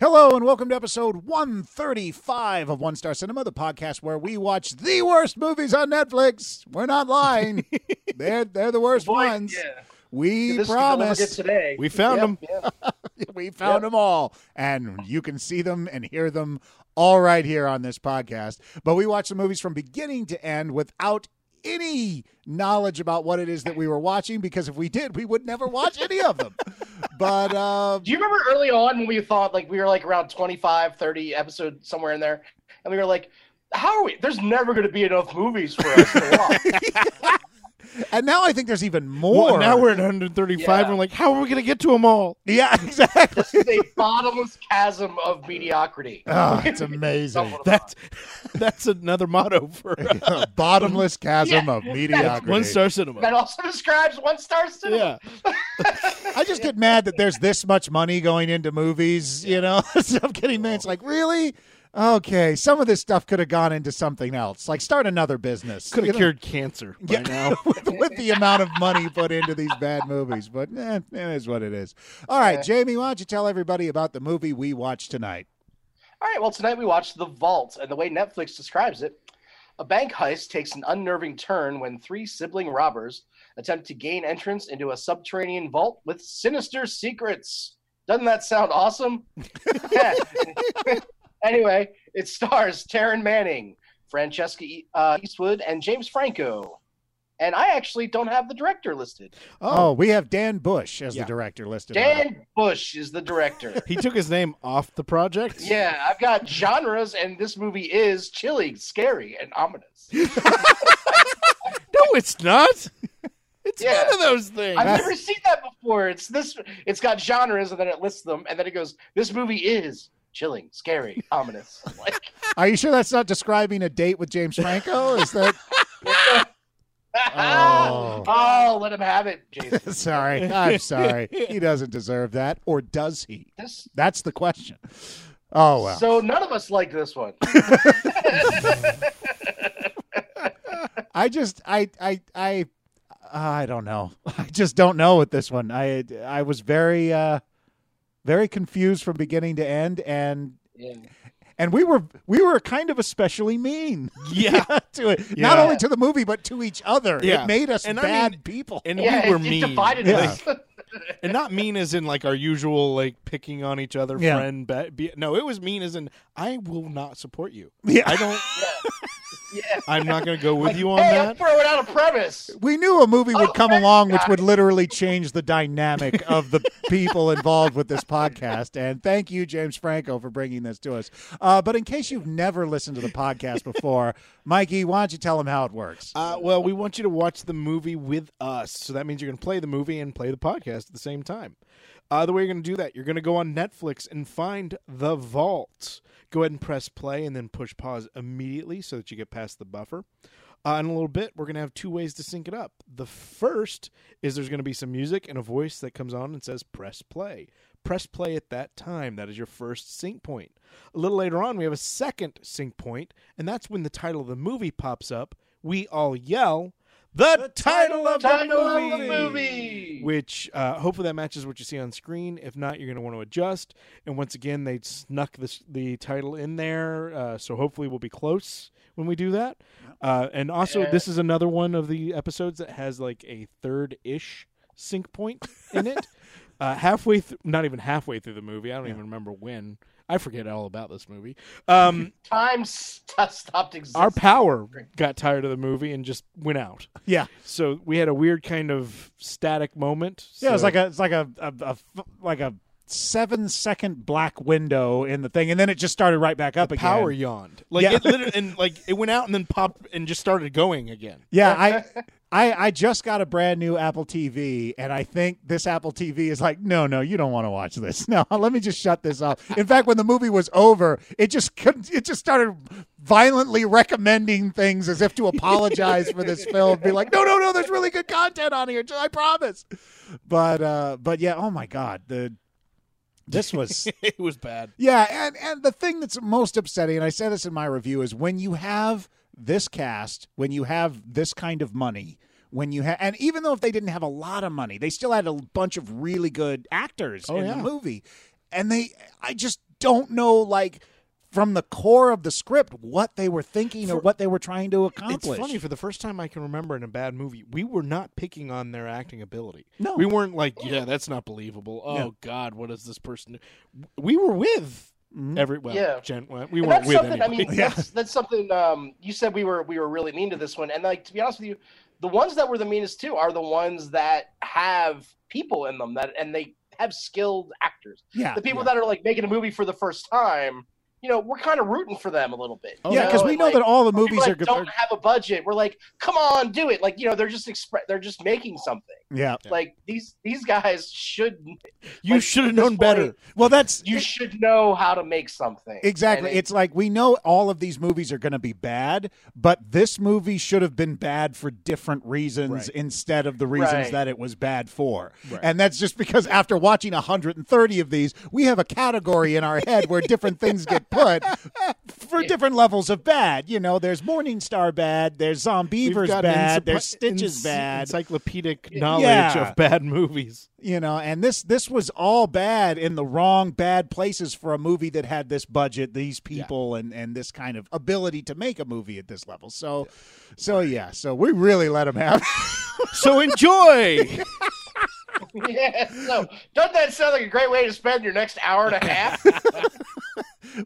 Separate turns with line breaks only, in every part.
Hello, and welcome to episode 135 of One Star Cinema, the podcast where we watch the worst movies on Netflix. We're not lying. they're, they're the worst
Boy,
ones.
yeah.
We
This is the
promise.
delegate today.
We found
Yep,
him.
yeah.
we found them all and you can see them and hear them all right here on this podcast but we watch the movies from beginning to end without any knowledge about what it is that we were watching because if we did we would never watch any of them but uh
Do you remember early on when we thought like we were like around 25, 30 episodes somewhere in there, and we were like, "How are we? There's never going to be enough movies for us to watch."
and now i think there's even more
Well, now we're at 135.
Yeah.
And we're like, how are we going to get to them all?
yeah exactly
this is a bottomless chasm of mediocrity.
oh it's amazing
That's that's another motto for us.
bottomless chasm
Yeah.
of mediocrity
One Star Cinema.
That also describes one star cinema.
Yeah,
I just get mad that there's this much money going into movies, you know? so I'm getting mad. It's like, really? Okay, some of this stuff could have gone into something else. Like, start another business.
could
you
have
know,
cured cancer by now.
with, with the amount of money put into these bad movies, but eh, it is what it is. All right,
Yeah.
Jamie, why don't you tell everybody about the movie we watched tonight?
All right, well, tonight we watched The Vault, and the way Netflix describes it, a bank heist takes an unnerving turn when three sibling robbers attempt to gain entrance into a subterranean vault with sinister secrets. Doesn't that sound awesome? anyway, it stars Taryn Manning, Francesca E- uh, Eastwood, and James Franco. And I actually don't have the director listed.
Oh, we have Dan Bush as
Yeah.
the director listed. on it.
Dan Bush is the director.
he took his name off the project.
Yeah, I've got genres, and this movie is chilling, scary, and ominous.
No, it's not. It's
Yeah.
none of those things.
I've never seen that before. It's this. It's got genres, and then it lists them, and then it goes, "This movie is chilling, scary, ominous." Like,
Are you sure that's not describing a date with James Franco? Is that.
oh.
Oh.
let him have it, Jason.
sorry. I'm sorry. He doesn't deserve that. Or does he?
This.
That's the question. Oh well.
So none of us like this one.
I just I I I I don't know. I just don't know with this one. I I was very uh very confused from beginning to end and
Yeah.
and we were we were kind of especially mean
yeah,
to it. Not
Yeah.
only to the movie but to each other.
Yeah.
It made us
And I
bad
mean-
people.
and
yeah,
we were
it, it
mean,
divided
Yeah.
us.
and not mean as in like our usual like picking on each other,
Yeah.
friend. Be- be- no, it was mean as in I will not support you.
Yeah.
I don't.
yeah.
I'm not going to go with
Like,
you on
hey, I'm
that.
throwing out a premise.
We knew a movie would
Oh,
come
thanks,
along which
guys.
would literally change the dynamic of the people involved with this podcast. And thank you, James Franco, for bringing this to us. Uh, but in case you've never listened to the podcast before, Mikey, why don't you tell them how it works?
Uh, well, we want you to watch the movie with us. So that means you're going to play the movie and play the podcast at the same time. Uh, the way you're going to do that, you're going to go on Netflix and find The Vault. Go ahead and press play and then push pause immediately so that you get past the buffer. Uh, in a little bit, we're going to have two ways to sync it up. The first is there's going to be some music and a voice that comes on and says, press play. Press play at that time. That is your first sync point. A little later on, we have a second sync point, and that's when the title of the movie pops up. We all yell, The, title of the
Time
movie!
of the movie.
Which uh, hopefully that matches what you see on screen. If not, you're going to want to adjust. And once again, they snuck this, the title in there, uh, so hopefully we'll be close when we do that. Uh, and also,
Yeah.
this is another one of the episodes that has like a third ish sync point in it. uh, halfway, th- not even halfway through the movie. I don't even remember when. I forget all about this movie. Um,
Time st- stopped existing.
our power got tired of the movie and just went out.
yeah.
So we had a weird kind of static moment.
Yeah, it was
So-
like a it's like a, a, a f- like a seven second black window in the thing, and then it just started right back up again.
power yawned. Like
Yeah.
it literally, and like it went out and then popped and just started going again.
Yeah, I, I I just got a brand new Apple TV, and I think this Apple TV is like, no, no, you don't want to watch this. No, let me just shut this off. In fact, when the movie was over, it just couldn't, it just started violently recommending things as if to apologize for this film. Be like, no, no, no, there's really good content on here. I promise. But uh, but yeah, oh my God, the this was
it was bad.
yeah, and and the thing that's most upsetting, and I said this in my review, is when you have this cast, when you have this kind of money, when you have, and even though if they didn't have a lot of money, they still had a bunch of really good actors
Oh,
in
yeah.
the movie, and they, I just don't know like from the core of the script what they were thinking or what they were trying to accomplish.
It's funny for the first time I can remember in a bad movie, we were not picking on their acting ability.
No.
we weren't like, yeah, that's not believable. Oh
No.
God, what does this person? do? We were with
Mhm.
every well,
Yeah.
gen- well, we
And
weren't
that's
with
something.
anybody.
I mean,
Yeah.
that's that's something. Um, you said we were we were really mean to this one, and like to be honest with you, the ones that were the meanest too are the ones that have people in them that and they have skilled actors.
Ah, Yeah.
The people that are like making a movie for the first time, you know, we're kind of rooting for them a little bit.
Oh,
you
yeah, because
know?
we
And,
know
like,
that all the movies
people that
are good.
don't have a budget. We're like, come on, do it. Like you know, they're just expre- they're just making something.
Yeah.
Yeah.
Like these these guys should
you
like,
should have
at this
known better.
point,
Well, that's
you should know how to make something.
Exactly.
And it-
It's like we know all of these movies are going to be bad, but this movie should have been bad for different reasons
Right.
instead of the reasons
Right.
that it was bad for.
Right.
And that's just because after watching 130 of these, we have a category in our head where different things get put for
Yeah.
different levels of bad. You know, there's Morningstar bad, there's
We've
Zombievers
got an
bad,
encycl-
there's Stitches
ency-
bad.
encyclopedic
Yeah.
knowledge
Yeah.
of bad movies.
you know and this this was all bad in the wrong bad places for a movie that had this budget these people and and this kind of ability to make a movie at this level so so yeah so we really let them have
So enjoy.
yeah, so doesn't that sound like a great way to spend your next hour and a half?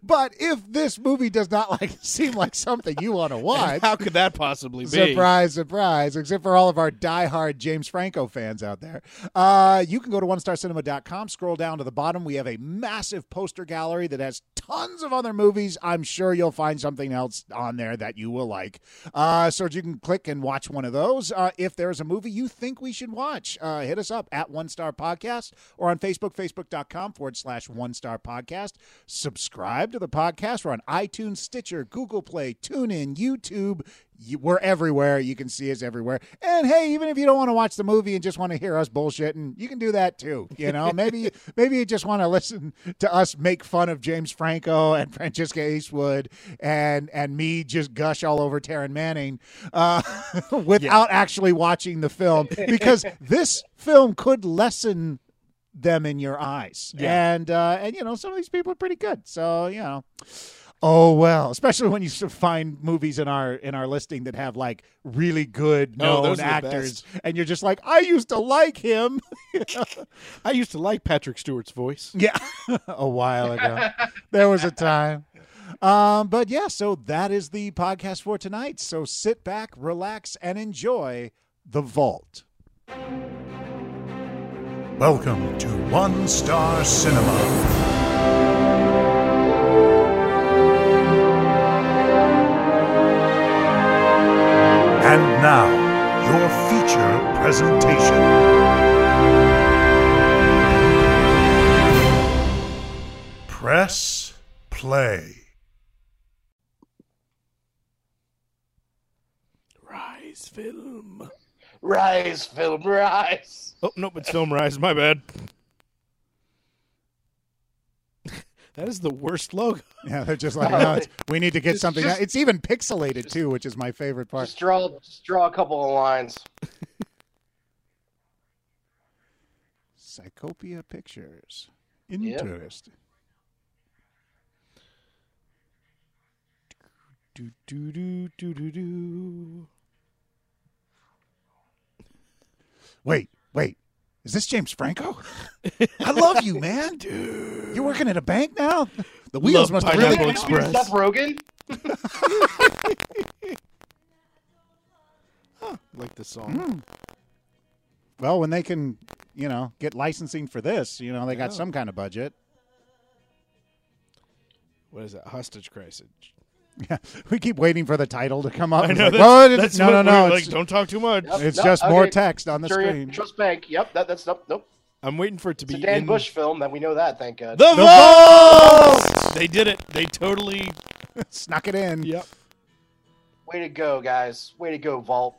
but if this movie does not like seem like something you want to watch
How could that possibly be?
Surprise, surprise. Except for all of our diehard James Franco fans out there. Uh, you can go to onestarcinema.com, scroll down to the bottom. We have a massive poster gallery that has tons of other movies. I'm sure you'll find something else on there that you will like. Uh, so you can click and watch one of those. Uh, if there's a movie you think we should watch, uh, hit us up at One Star Podcast or on Facebook, facebook.com forward slash One Star Podcast. Subscribe to the podcast. We're on iTunes, Stitcher, Google Play, TuneIn, YouTube. You, we're everywhere. You can see us everywhere. And hey, even if you don't want to watch the movie and just want to hear us bullshitting, you can do that too. You know, maybe maybe you just want to listen to us make fun of James Franco and Francesca Eastwood and and me just gush all over Taryn Manning uh, without actually watching the film because this film could lessen them in your eyes.
Yeah.
And uh, and you know, some of these people are pretty good. So, you know. Oh well, especially when you s- find movies in our in our listing that have like really good
Oh,
known
those are the
actors and you're just like, I used to like him.
I used to like Patrick Stewart's voice.
Yeah. a while ago. there was a time. Um, but yeah, so that is the podcast for tonight. So sit back, relax, and enjoy The Vault.
Welcome to One Star Cinema. And now, your feature presentation. Press play.
Rise film.
rise, film, rise.
Oh no, it's film rise. My bad. that is the worst logo.
Yeah, they're just like, no, it's, we need to get
Just-
something.
just-
it's even pixelated too, which is my favorite part.
Just draw, just draw a couple of lines.
Psychopia Pictures.
Yeah.
Interesting.
Do do do do do do.
Wait, wait. Is this James Franco? I love you, man. Dude. You're working at a bank now? The wheels
Love
must
Pineapple
really
Really?
Express.
Seth Rogen?
Like the song.
Hmm.
Well, when they can, you know, get licensing for this, you know, they got some kind of budget.
What is that? Hostage crisis.
Yeah. We keep waiting for the title to come up. It's like,
that's-
well, it is-
that's
no,
what
no, no,
we're
It's,
Like, don't talk too much.
Yep.
it's
No,
just more
okay.
text on the
Jury
screen.
Trust Bank. Yep, that, that's nope, nope.
I'm waiting for it to be
It's a Dan
in
Bush film. That we know that. Thank God.
The,
The
vault. They did it. They totally.
Snuck it in.
Yep.
Way to go, guys. Way to go, Vault.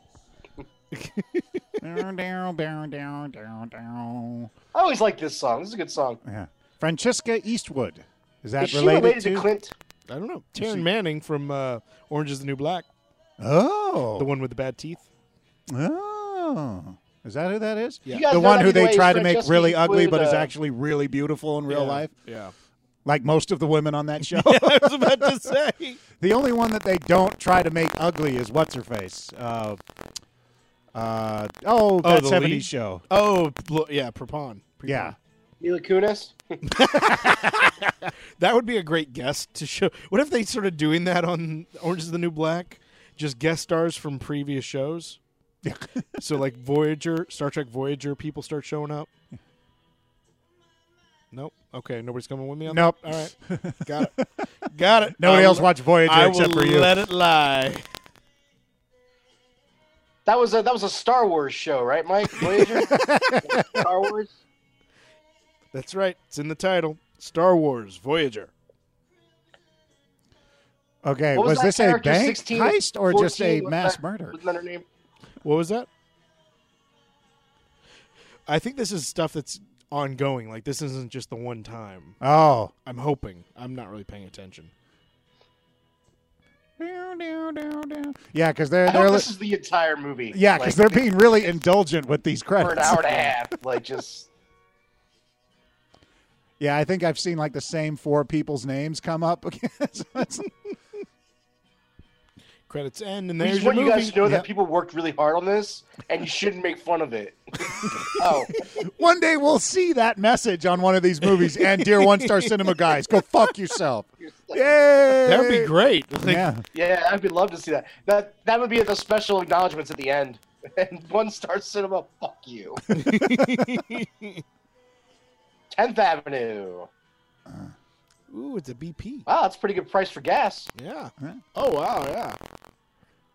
Down, down, down, down, down, down.
I always like this song. This is a good song.
Yeah. Francesca Eastwood. Is that
Is she related, to,
to
Clint?
I don't know.
You see-
Taryn Manning from uh, Orange Is the New Black,
Oh.
the one with the bad teeth.
Oh. Is that who that is?
Yeah.
You guys
The
know
one
that
who
either
they
way,
try to make
Francesca
really ugly
Eastwood,
but is
uh,
actually really beautiful in real
Yeah.
life.
Yeah.
like most of the women on that show.
I was about to say.
The only one that they don't try to make ugly is what's her face. Uh, uh, oh, that
the
70s
lead?
show.
Oh, lo- yeah, Prepon. Prepon.
Yeah.
Mila Kunis.
That would be a great guest to show. What if they started doing that on Orange is the New Black? Just guest stars from previous shows.
Yeah.
so like Voyager, Star Trek Voyager, people start showing up. Nope. Okay, nobody's coming with me on
Nope.
that. All right. Got it. Got it.
Nobody
I
else
will-
watched Voyager
I
except
will
for you.
Let it lie.
That was a that was a Star Wars show, right, Mike? Voyager. Star Wars.
That's right. It's in the title. Star Wars Voyager.
Okay,
What
was,
that
this a
character's
bank
16
heist or just a
14? What's
mass
that-
murder?
Wasn't that her name?
What was that? I think this is stuff that's ongoing. Like this isn't just the one time.
Oh.
I'm hoping. I'm not really paying attention.
Yeah, because they're
I hope
they're
this is the entire movie.
yeah, because
like,
they're being really indulgent with these
for an
credits.
hour and a half. Like just
Yeah, I think I've seen like the same four people's names come up. So it's-
Credits end, and
we
there's
just
your
want
movie.
you guys to know
Yep.
that people worked really hard on this, and you shouldn't make fun of it. oh,
one day we'll see that message on one of these movies. And dear one star cinema guys, go fuck yourself. Yay!
that would be great. Like,
Yeah.
yeah, I'd be love to see that. That that would be the special acknowledgments at the end. And one star cinema, fuck you. Tenth Avenue.
Ooh, it's a BP.
Wow, that's a pretty good price for gas.
Yeah.
Yeah.
Oh wow, yeah.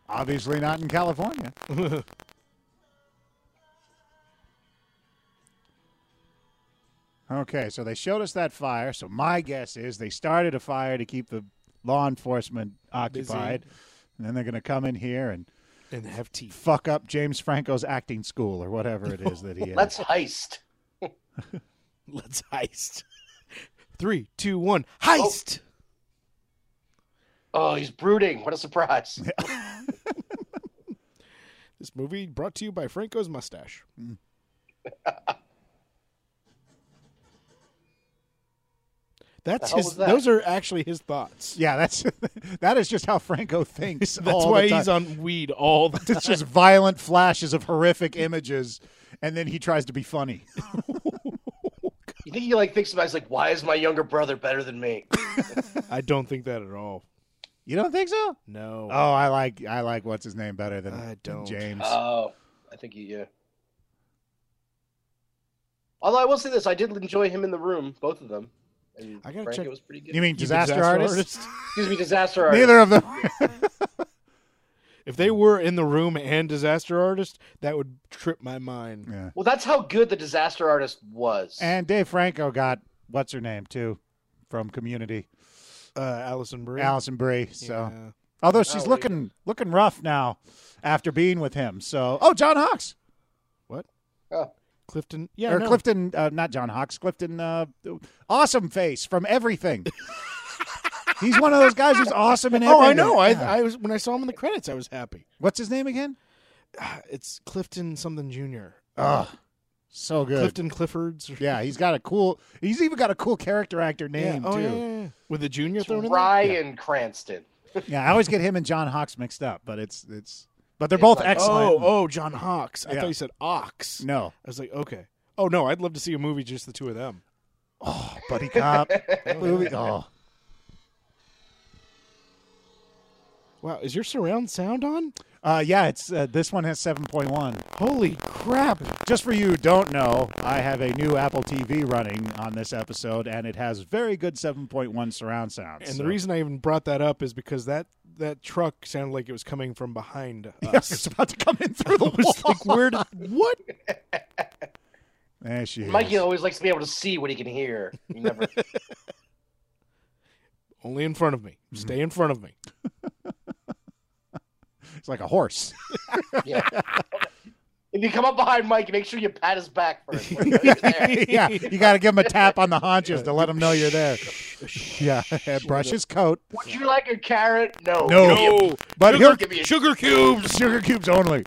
Obviously not in California. okay, so they showed us that fire. So my guess is they started a fire to keep the law enforcement occupied. And then they're going to come in here and
And have teeth.
fuck up James Franco's acting school or whatever it is that he has.
Let's heist.
Let's heist. Three, two, one, heist.
Oh, he's brooding. What a surprise.
This movie brought to you by Franco's mustache. That's
hell
his.
was that?
Those are actually his thoughts.
yeah, that's that is just how Franco thinks.
That's
all
why
the time.
he's on weed all the time.
It's just violent flashes of horrific images, and then he tries to be funny.
You think he like thinks about it, he's like, why is my younger brother better than me?
I don't think that at all.
You don't think so?
No.
Oh, I like I like what's his name better than
I don't.
James.
Oh, I think he yeah. Although I will say this, I did enjoy him in the room, both of them. And
I gotta
Frank,
check-
It was pretty good.
you mean
You
disaster, artist?
Excuse me, disaster artist.
Neither of them.
If they were in the room and disaster artist, that would trip my mind.
yeah.
Well, that's how good the disaster artist was.
And Dave Franco got what's her name too from Community,
Uh, Allison Brie.
Allison Brie. So
Yeah.
although she's
Oh,
looking looking rough now after being with him. So oh, John Hawks
Clifton. Yeah.
or
no.
Clifton, uh, not John Hawks, Clifton. Uh, awesome face from everything. He's one of those guys who's awesome in everything.
Oh, I know. I,
Yeah.
I was when I saw him in the credits, I was happy.
what's his name again?
Ah, It's Clifton something Junior.
Oh, so good.
Clifton Cliffords. or-
Yeah, he's got a cool. He's even got a cool character actor
Yeah.
name
Oh,
too.
yeah, yeah, yeah. With the junior thrown in. There?
Ryan Cranston.
Yeah, I always get him and John Hawks mixed up, but it's it's but they're
It's
both
like-
excellent.
Oh, oh, John Hawks. I
Yeah.
thought you said Ox.
No,
I was like, okay. Oh no, I'd love to see a movie just the two of them.
oh, buddy cop movie. Oh,
Wow, is your surround sound on?
uh, yeah, it's uh, this one has seven point one.
Holy crap!
Just for you, who don't know, I have a new Apple TV running on this episode, and it has very good seven point one surround sound.
And
so-
the reason I even brought that up is because that that truck sounded like it was coming from behind
Yeah, it's
us.
about to come in through the
I was
wall.
like, where did what?
There she is.
Mikey always likes to be able to see what he can hear. He never.
Only in front of me. Stay in front of me.
It's like a horse.
yeah. If you come up behind Mike, make sure you pat his back first. Like, "Are you there?"
yeah, you got to give him a tap on the haunches to let him know you're there. Yeah, brush his coat.
Would you like a carrot? No.
No. But
sugar,
he'll-
give me a-
sugar cubes.
Sugar cubes only.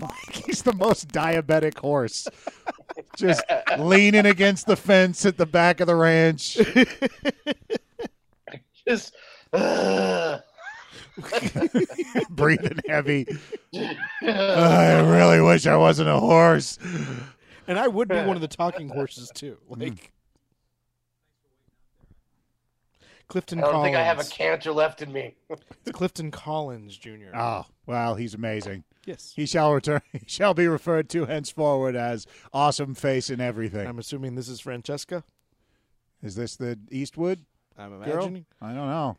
Mike, he's the most diabetic horse. just leaning against the fence at the back of the ranch.
Just ugh.
breathing heavy. I really wish I wasn't a horse.
And I would be one of the talking horses too. Like Clifton
I don't
Collins.
think I have a cancer left in me.
It's Clifton Collins Jr.
Oh, well, he's amazing.
yes.
He shall return. He shall be referred to henceforward as awesome face in everything.
I'm assuming this is Francesca.
Is this the Eastwood
I'm
girl?
imagining.
I don't know.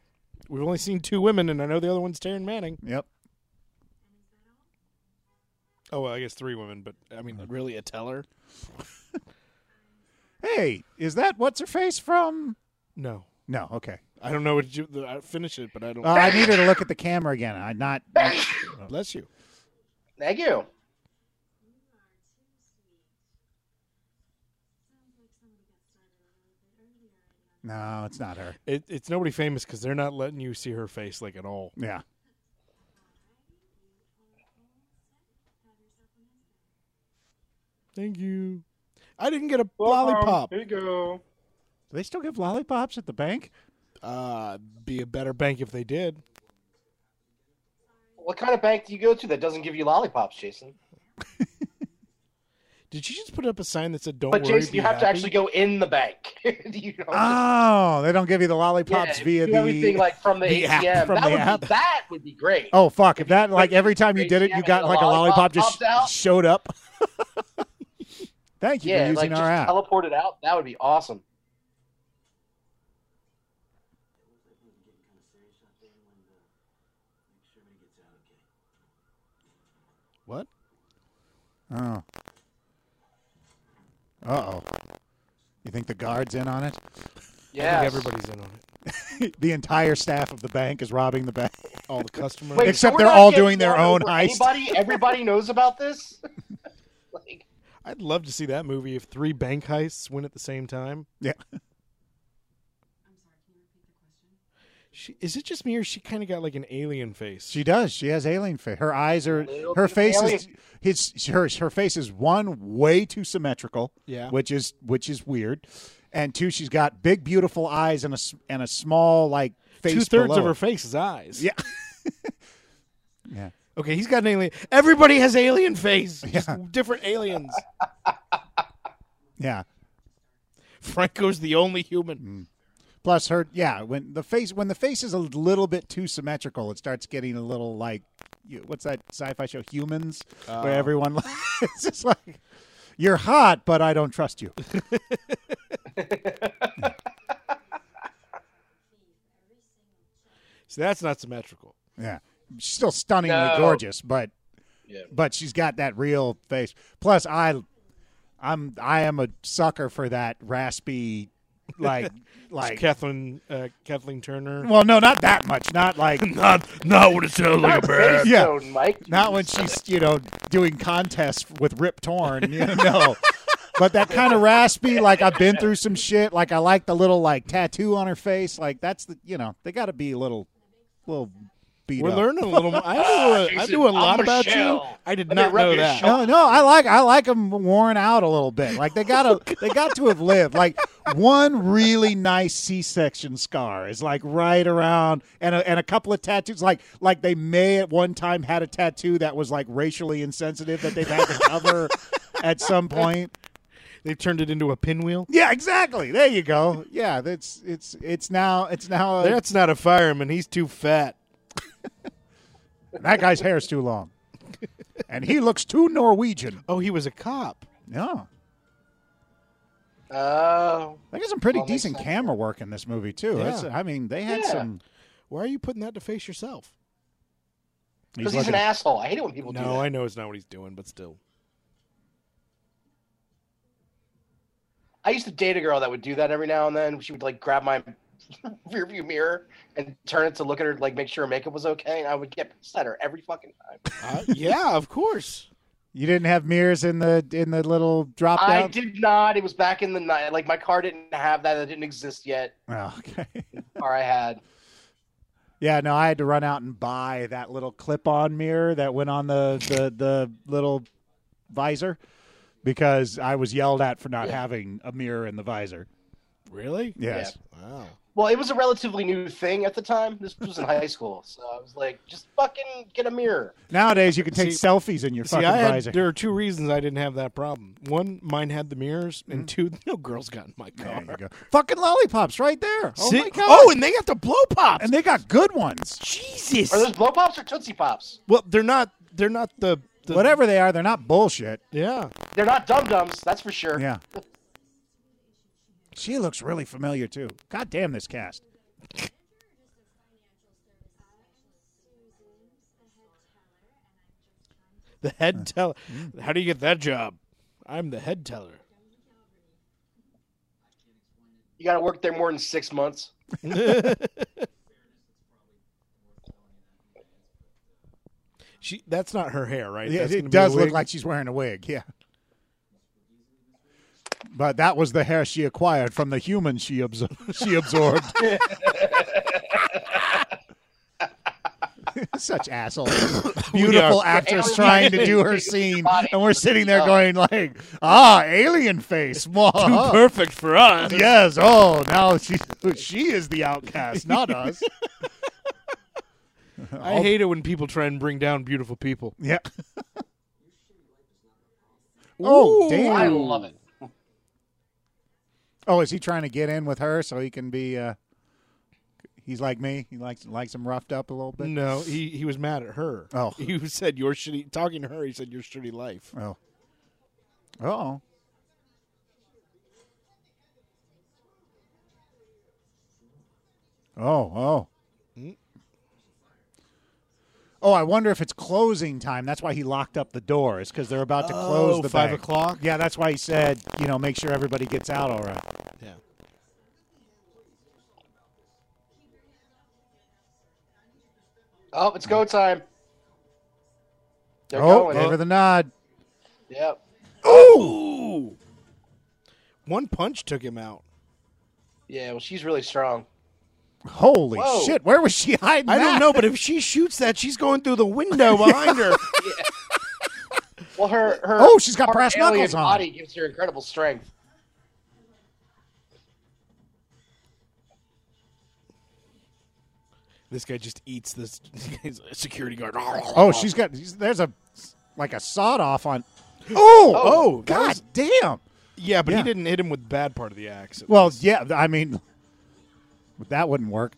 We've only seen two women, and I know the other one's Taryn Manning.
Yep.
Oh, well, I guess three women, but I mean, really a teller?
Hey, is that what's her face from?
No.
No. Okay.
I don't know what you. I finish it, but I don't.
Uh, I needed to look at the camera again. I not.
bless you.
Thank you.
No, it's not her.
It, it's nobody famous because they're not letting you see her face like at all.
Yeah.
Thank you. I didn't get a
um,
lollipop.
you go.
Do they still give lollipops at the bank?
Uh, be a better bank if they did.
What kind of bank do you go to that doesn't give you lollipops, Jason?
Did you just put up a sign that said "Don't
But
worry"?
Jason,
be
you have to
happy"?
actually go in the bank. you don't
Oh, they don't give you the
Yeah,
lollipops
if
via
you do
the
everything like from the,
the app,
ATM.
from
that
the
would
app.
be that would be great.
Oh fuck! If that
you
like
put
every time you
your
did it,
ATM
you got
and
like a
the
lollipop
lollipop
just
popped out.
showed up. Thank you
yeah,
for using
like just
our app.
teleport it out. That would be awesome.
What?
oh. Uh oh. You think the guard's in on it?
I
Yeah,
think everybody's in on it.
the entire staff of the bank is robbing the bank.
All the customers.
Wait,
Except
we're
they're
not
all
getting
doing their
one
own
over
heist.
Anybody, everybody knows about this. like,
I'd love to see that movie if three bank heists went at the same time.
Yeah.
She, is it just me or she kind of got like an alien face?
She does. She has alien face. Her eyes are
Little
her
bit
face is
alien.
his her her face is one way too symmetrical.
Yeah.
which is which is weird, and two she's got big beautiful eyes and a s- and a small like face.
two thirds of
below
her
it.
face is eyes.
Yeah. Yeah.
Okay, he's got an alien. Everybody has alien face. Just different aliens.
Yeah.
Franco's the only human.
Plus her yeah when the face when the face is a little bit too symmetrical it starts getting a little like you- what's that sci-fi show Humans
Uh.
where everyone it's just like you're hot but I don't trust you.
So that's not symmetrical.
Yeah. She's still stunningly
No.
gorgeous, but
Yeah.
but she's got that real face. Plus I I'm I am a sucker for that raspy like
Like,
like
Kathleen uh, Kathleen Turner.
well no not that much not like
Not not what it sounds
not based
Yeah.
on, Mike.
Not when she's, you know, doing contests with Rip Torn, you know. but that kind of raspy, like I've been through some shit. Like I like the little like tattoo on her face. Like that's the, you know, they got to be a little, little beat
We're
up.
learning a little. More. I knew a, I
Jason,
knew a lot
I'm
about you.
Michelle.
I did
Let me
not
rub
know
your
that.
shoulder.
No, no, I like I like them worn out a little bit. Like they gotta they got to have lived. Like one really nice C section scar is like right around, and a, and a couple of tattoos. Like like they may at one time had a tattoo that was like racially insensitive that they've had to cover at some point.
They've turned it into a pinwheel.
Yeah, exactly. There you go. Yeah, that's it's it's now it's now uh, a,
That's not a fireman. He's too fat.
that guy's hair is too long, and he looks too Norwegian.
Oh, he was a cop.
Yeah.
Oh,
They got some pretty
Well, makes
decent
sense.
camera work in this movie too.
Yeah.
That's, I mean, they had
Yeah.
some.
Why are you putting that to face yourself?
because he's an asshole. I hate it when people do that.
No, I know it's not what he's doing, but still.
I used to date a girl that would do that every now and then. She would like grab my rearview mirror and turn it to look at her, like make sure her makeup was okay. And I would get pissed at her every fucking time.
Uh, yeah, of course.
You didn't have mirrors in the in the little drop
I
down.
did not. It was back in the night. Like my car didn't have that. It didn't exist yet.
Oh, okay.
Or I had.
Yeah, no, I had to run out and buy that little clip-on mirror that went on the the, the little visor. because I was yelled at for not
Yeah.
having a mirror in the visor.
Really?
Yes.
Wow.
Well, it was a relatively new thing at the time. This was in high school, so I was like, just fucking get a mirror.
Nowadays, you can take
See-
selfies in your
See,
fucking
I had,
visor.
there are two reasons I didn't have that problem. One, mine had the mirrors, and two, no girls got in my car.
There you go. Fucking lollipops right there. Oh
See?
my god.
Oh, and they got the blow pops.
and they got good ones.
Jesus.
Are those blow pops or tootsie pops?
well, they're not. They're not the, the
Whatever they are, they're not bullshit.
Yeah.
They're not dum dums, that's for sure.
Yeah. She looks really familiar too. God damn this cast.
The head teller. How do you get that job? I'm the head teller.
You got to work there more than six months.
She. That's not her hair, right?
Yeah,
That's gonna
it
be a
does look
wig.
like she's wearing a wig. Yeah. But that was the hair she acquired from the human she absor- she absorbed. Such assholes. Beautiful
are.
actress
Alien
trying to do her
face.
scene,
Body.
and we're sitting there
Oh.
going like, "Ah, alien face." Mwah.
perfect for us.
yes. Oh, now she she is the outcast, not us.
I hate it when people try and bring down beautiful people.
Yeah. oh
Ooh.
I
damn!
love it.
Oh, is he trying to get in with her so he can be? Uh, he's like me. He likes likes him roughed up a little bit.
No, he he was mad at her.
Oh.
he said your shitty. Talking to her, he said your shitty life.
Oh. Oh. Oh, oh.
Mm.
Oh, I wonder if it's closing time. That's why he locked up the door. It's because they're about to close
Oh,
the
five
bank.
o'clock?
Yeah, that's why he said, you know, make sure everybody gets out all right.
Yeah.
Oh, it's go time. They're
Mm. oh,
going.
gave her the nod.
Yep.
Ooh. One punch took him out.
Yeah, well, she's really strong.
Holy
Whoa.
shit! Where was she hiding?
I don't
that?
know, but if she shoots that, she's going through the window behind her.
Well, her her
Oh, she's got
her
brass
alien
knuckles on.
Body gives her incredible strength.
this guy just eats this he's a security guard.
Oh, she's got. There's a like a sawed off on. Oh,
Oh, that
god
was-
damn.
yeah, but
Yeah.
he didn't hit him with the bad part of the axe.
Well, yeah, I mean, that wouldn't work.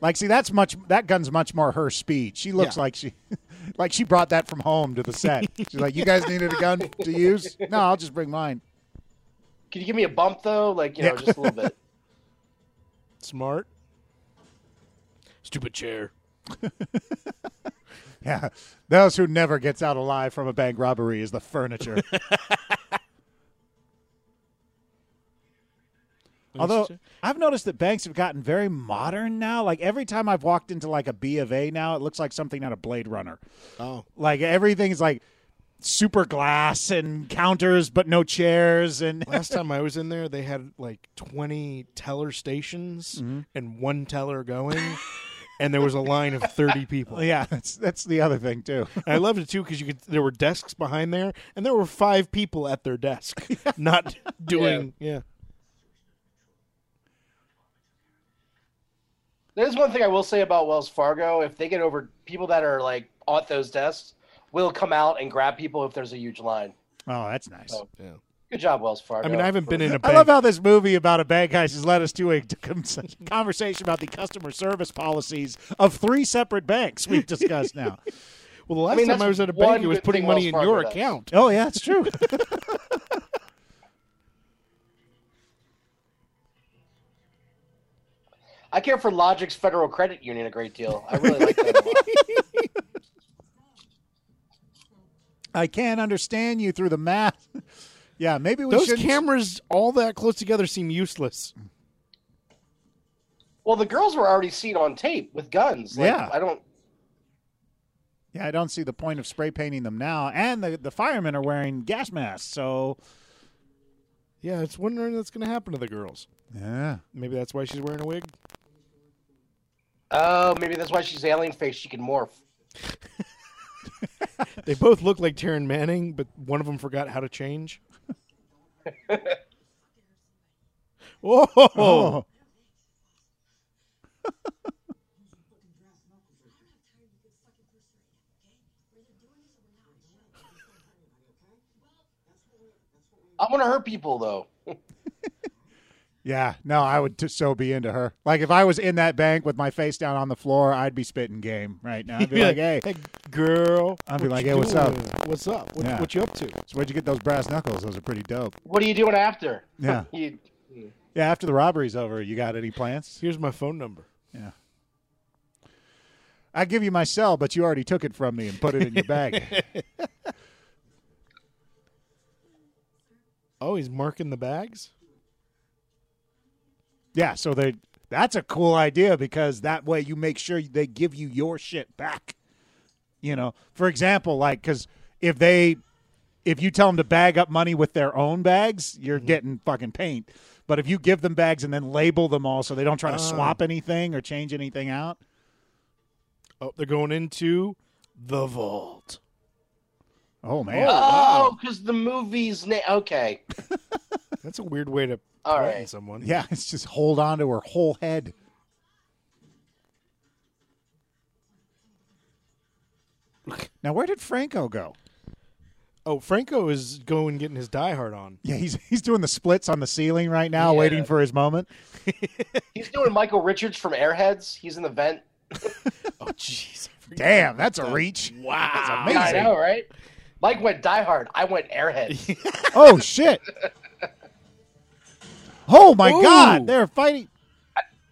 Like, see, that's much. That gun's much more her speed. She looks
Yeah.
like she, like she brought that from home to the set. She's like, "You guys needed a gun to use? No, I'll just bring mine."
Can you give me a bump though? Like you know,
Yeah.
just a little bit.
smart. Stupid chair.
Yeah, those who never gets out alive from a bank robbery is the furniture. Although I've noticed that banks have gotten very modern now. Like every time I've walked into like a B of A now, it looks like something out of Blade Runner.
oh,
Like everything's like super glass and counters, but no chairs. And
last time I was in there, they had like twenty teller stations and one teller going, and there was a line of thirty people.
yeah, that's that's the other thing too.
I loved it too because you could. There were desks behind there, and there were five people at their desk, not doing. Yeah.
There's one thing I will say about Wells Fargo. If they get over people that are like at those desks, will come out and grab people if there's a huge line.
Oh, that's nice.
Oh,
yeah,
Good job, Wells Fargo.
I mean, I haven't been in a
I
bank.
love how this movie about a bank heist has led us to a conversation about the customer service policies of three separate banks we've discussed now.
well, the last
I mean,
time I
that's
was at a
one
bank, it was
good
putting
thing
money
Wells
in
Fargo
your
does.
account.
Oh yeah, it's true.
I care for Logic's Federal Credit Union a great deal. I really like that. a lot.
I can't understand you through the math. Yeah, maybe we
Those
should
cameras, all that close together, seem useless.
Well, the girls were already seen on tape with guns. Like,
Yeah.
I don't.
Yeah, I don't see the point of spray painting them now. And the, the firemen are wearing gas masks, so
Yeah, it's wondering that's going to happen to the girls.
yeah.
Maybe that's why she's wearing a wig.
Oh, maybe that's why she's alien face. She can morph.
They both look like Taryn Manning, but one of them forgot how to change. Whoa!
Oh.
I want to hurt people though.
Yeah, no, I would t- so be into her. Like if I was in that bank with my face down on the floor, I'd be spitting game right now. I'd be like, "Hey,
girl.
I'd be
what
like,
you
hey, what's up?
doing? What's up? What,
Yeah.
what you up to?
so where'd you get those brass knuckles? Those are pretty dope."
What are you doing after?
Yeah.
You-
Yeah, after the robbery's over, you got any plans?
Here's my phone number.
Yeah. I give you my cell, but you already took it from me and put it in your bag.
Oh, he's marking the bags.
yeah, so they that's a cool idea because that way you make sure they give you your shit back. You know, for example, like cuz if they if you tell them to bag up money with their own bags, you're getting fucking paint. But if you give them bags and then label them all so they don't try to
Ah.
swap anything or change anything out,
Oh, they're going into the vault.
oh man.
Oh, because the movie's name. Okay.
That's a weird way to
All
threaten
right.
someone.
Yeah, it's just hold on to her whole head. Now, where did Franco go?
Oh, Franco is going getting his diehard on.
Yeah, he's he's doing the splits on the ceiling right now,
Yeah.
waiting for his moment.
He's doing Michael Richards from Airheads. He's in the vent.
Oh, jeez.
Damn, that's a reach. Wow, that's
Yeah, I know,
amazing.
right? Mike went Die Hard. I went Airheads.
Oh shit. Oh my
Ooh.
god, they're fighting.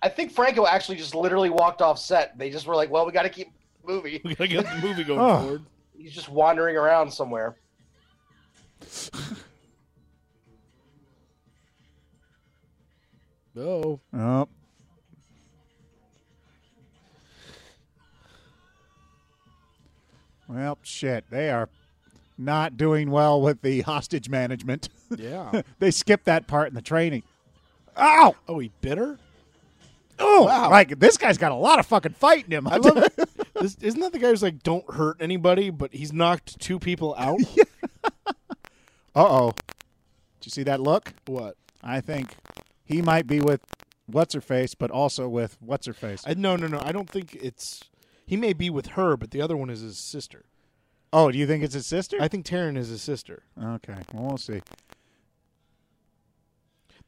I think Franco actually just literally walked off set. They just were like, "Well, we got to keep movie."
We gotta get the movie going
Oh.
forward.
He's just wandering around somewhere.
Oh,
Oh. Well, shit, they are not doing well with the hostage management.
yeah.
they skipped that part in the training. Ow!
oh, he bit her.
Oh,
Wow.
like this guy's got a lot of fucking fight in him.
I love it. This, isn't that the guy who's like, "Don't hurt anybody," but he's knocked two people out?
Uh oh. Did you see that look?
What?
I think he might be with what's her face, but also with what's her face.
I, no, no, no. I don't think it's. He may be with her, but the other one is his sister.
Oh, do you think it's his sister?
I think Taryn is his sister.
okay, well, we'll see.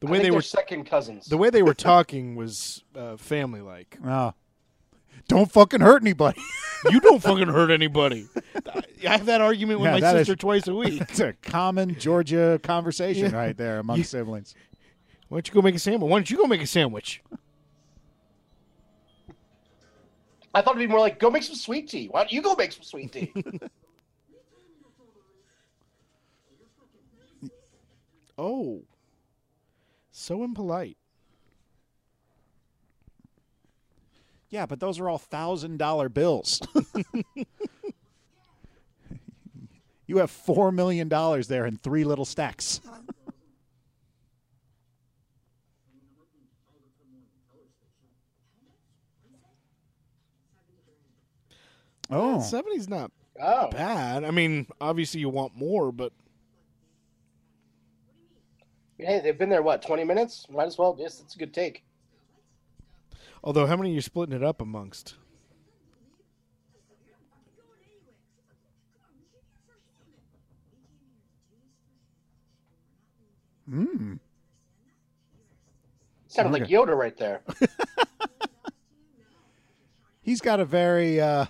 The
I
way
think
they
they're
were
second cousins.
the way they were talking was uh, family like.
Oh. Don't fucking hurt anybody.
You don't fucking hurt anybody. I have that argument with
Yeah,
my
that is-
sister twice a week.
It's a common Georgia conversation
Yeah.
right there among
You-
siblings.
Why don't you go make a sandwich? Why don't you go make a sandwich?
I thought it'd be more like, "Go make some sweet tea." Why don't you go make some sweet tea?
Oh, so impolite.
Yeah, but those are all thousand dollar bills. you have four million dollars there in three little stacks. oh,
Seventy's not
oh,
bad. I mean, obviously you want more, but
hey, they've been there what twenty minutes? Might as well. Yes, it's a good take.
although how many are you splitting it up amongst?
Sounded like
Okay.
Yoda right there.
he's got a very. Uh,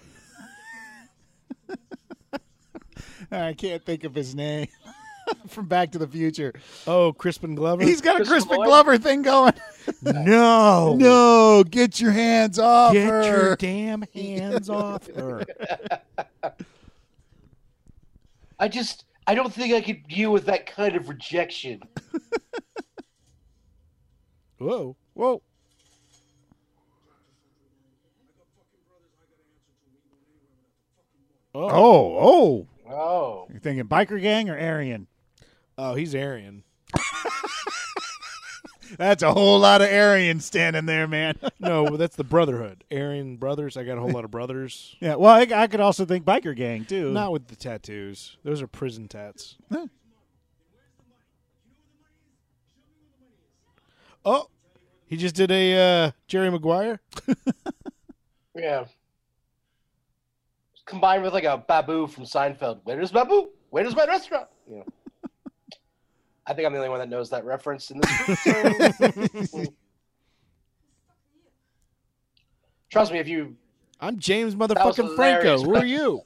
I can't think of his name from Back to the Future.
Oh, Crispin Glover.
He's got a
Crispin
Crispin
Glover?
Glover thing going.
no,
No, get your hands off
Get
her.
your damn hands off her.
I just, I don't think I could deal with that kind of rejection.
Whoa.
Whoa.
Oh.
Oh, oh.
Oh,
You're thinking biker gang or Aryan?
oh, he's Aryan.
That's a whole lot of Aryan standing there, man.
No, well, that's the Brotherhood. Aryan brothers. I got a whole lot of brothers.
yeah, well, I, I could also think biker gang, too.
Not with the tattoos. Those are prison tats.
Huh.
Oh, he just did a uh, Jerry Maguire.
Yeah. Combined with like a Babu from Seinfeld. Where's Babu? Where's my restaurant? You know. I think I'm the only one that knows that reference in this. Trust me, if you
I'm James
was
motherfucking Franco.
hilarious.
Who are you?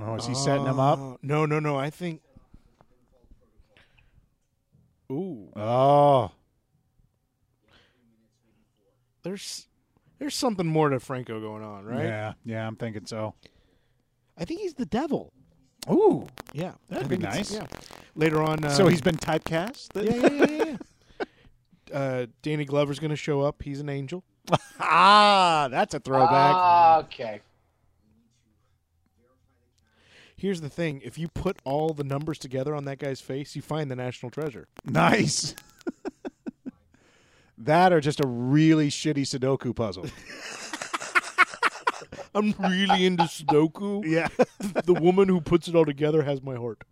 Oh, is he setting him up?
Uh, No, no, no. I think. Ooh,
Oh,
there's there's something more to Franco going on, right?
yeah, yeah. I'm thinking so.
I think he's the devil.
Ooh,
Yeah,
That'd
I
be
think it's-
nice.
Yeah. Later on, uh,
so he's been typecast.
yeah, yeah, yeah, yeah, yeah. uh, Danny Glover's going to show up. He's an angel.
ah, that's a throwback.
Ah, okay.
Here's the thing: if you put all the numbers together on that guy's face, you find the national treasure.
Nice. that or just a really shitty Sudoku puzzle.
I'm really into Sudoku.
yeah,
The woman who puts it all together has my heart.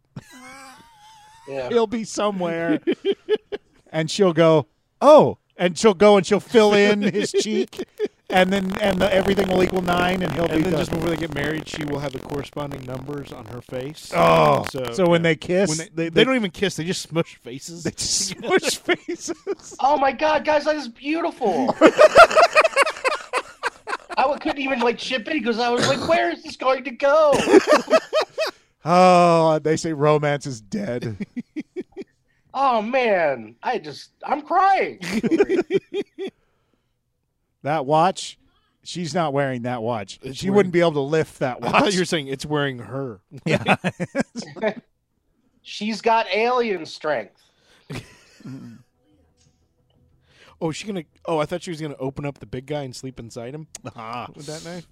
Yeah.
he'll be somewhere, and she'll go, oh, and she'll go and she'll fill in his cheek, and then and the, everything will equal nine, and he'll
And
be
then
done.
just before they get married, she will have the corresponding numbers on her face.
oh. So,
So,
when
yeah.
they kiss,
When they, they, don't even kiss; they just smush faces.
they just smush faces.
Oh my god, guys, that is beautiful. I w- couldn't even like chip in because I was like, where is this going to go?
Oh, they say romance is dead.
Oh man, I just I'm crying.
That watch, she's not wearing that watch.
It's
she
wearing-
wouldn't be able to lift that
I thought
watch.
you were saying it's wearing her.
Yeah.
She's got alien strength.
Oh, is she gonna. Oh, I thought she was gonna open up the big guy and sleep inside him
Ah,
with that knife.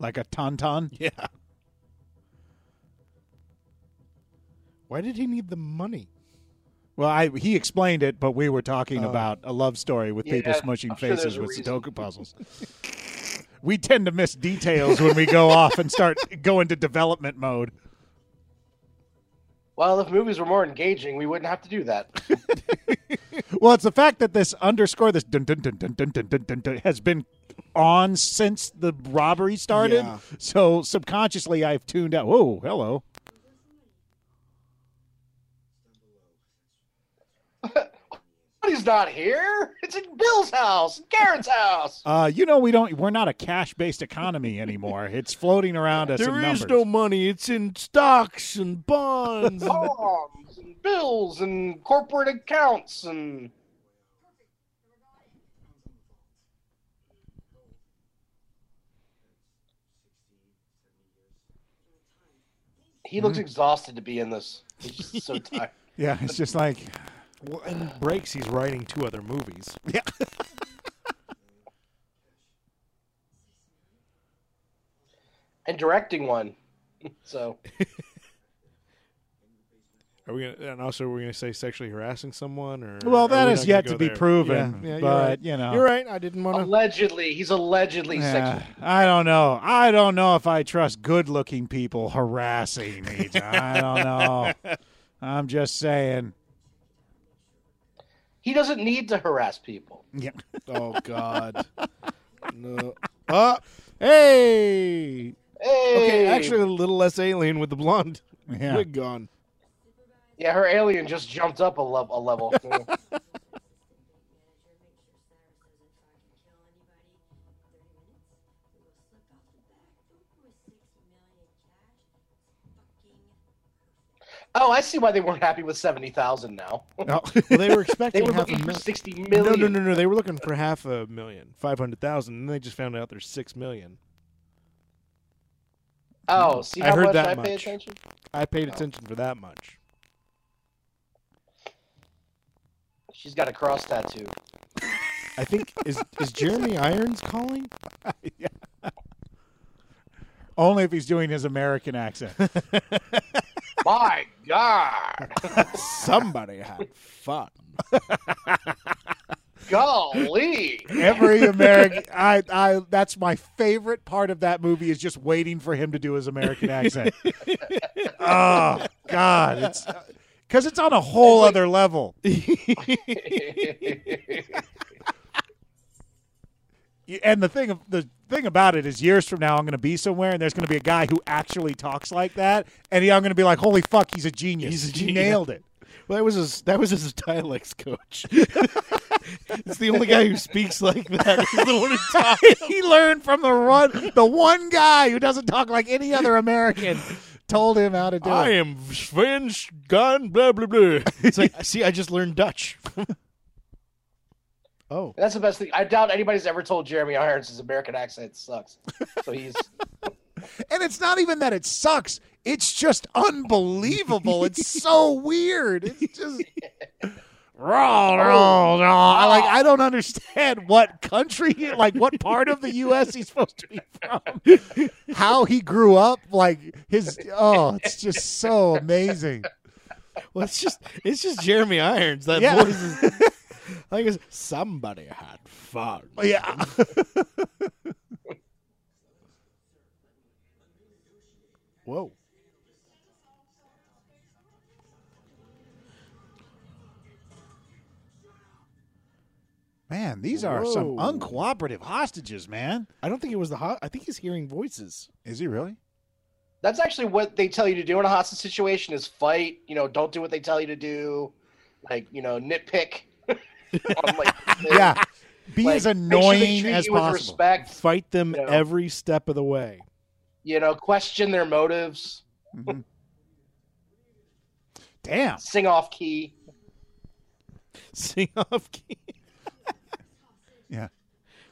like a tauntaun.
Yeah. Why did he need the money?
Well, I, he explained it, but we were talking
Oh.
about a love story with people
Uh, Yeah,
smushing
I'm sure
faces
there's a
with
reason.
Sudoku puzzles. we tend to miss details when we go off and start going to development mode.
Well, if movies were more engaging, we wouldn't have to do that.
Well, it's the fact that this underscore, this dun dun dun dun dun dun dun, dun, dun has been on since the robbery started.
Yeah.
So subconsciously, I've tuned out. Whoa, hello.
But he's not here. It's at Bill's house, and Garrett's house.
Uh, you know we don't. We're not a cash-based economy anymore. it's floating around us. in numbers.
money. It's in stocks and bonds.
Bombs and bills and corporate accounts and He looks exhausted to be in this. He's just so tired.
Yeah, it's just like
well, and breaks. He's writing two other movies.
yeah.
And directing one. So
Are we gonna? And also, we're we gonna say sexually harassing someone, or
Well,
are
that
we
is
not
yet to
gonna go
be
there?
proven,
Yeah, yeah, you're
but,
right.
you know.
you're right. I didn't want to.
allegedly, he's allegedly
Yeah,
sexual.
I don't know. I don't know if I trust good-looking people harassing me. John. I don't know. I'm just saying.
He doesn't need to harass people.
Yeah.
Oh God. no.
Uh,
Ah.
hey.
Hey,
Okay, actually, a little less alien with the blonde
Yeah.
wig gone.
yeah, her alien just jumped up a, lev- a level. oh, I see why they weren't happy with seventy thousand now.
Oh.
Well, they were
They
expecting
were
half a
looking for
million.
sixty
No,
million.
no, no, no. They were looking for half a million, five hundred thousand, and they just found out there's six million.
Oh, see
I
how
heard
much
that
I pay
much.
attention?
I paid
Oh.
attention for that much.
She's got a cross tattoo.
I think is is Jeremy Irons calling?
Only if he's doing his American accent.
My God.
Somebody had fun.
Golly.
Every American, I, I, that's my favorite part of that movie is just waiting for him to do his American accent. oh God, it's because it's on a whole other level. You- And the thing, of- the thing about it is, years from now, I'm going to be somewhere, and there's going to be a guy who actually talks like that, and he- I'm going to be like, "Holy fuck, he's a genius!
He's a
He
genius.
nailed it."
Well, that was his. That was his dialects coach. it's the only guy who speaks like that. He's the one who talks.
he learned from the one, the one guy who doesn't talk like any other American told him how to do it.
am Sven Gun. Blah blah blah. It's like, see, I just learned Dutch. oh,
That's the best thing. I doubt anybody's ever told Jeremy Irons his American accent sucks. So he's
And it's not even that it sucks. It's just unbelievable. it's so weird. It's just raw, raw, raw. I like I don't understand what country, like what part of the U.S. he's supposed to be from. How he grew up, like his oh, it's just so amazing.
well, it's just it's just Jeremy Irons. That
Yeah.
voice is. Like it's, somebody had fun.
Yeah.
Whoa.
Man, these are some
Whoa.
uncooperative hostages, man.
I don't think it was the hot. I think he's hearing voices.
Is he really?
that's actually what they tell you to do in a hostage situation is fight, you know, don't do what they tell you to do. Like, you know, nitpick. On, like,
Yeah. Be
like,
as
make sure they
annoying
treat
as
you with
possible.
respect,
Fight them
No.
every step of the way.
you know, question their motives,
Mhm. Damn.
sing off key.
Sing off key.
Yeah.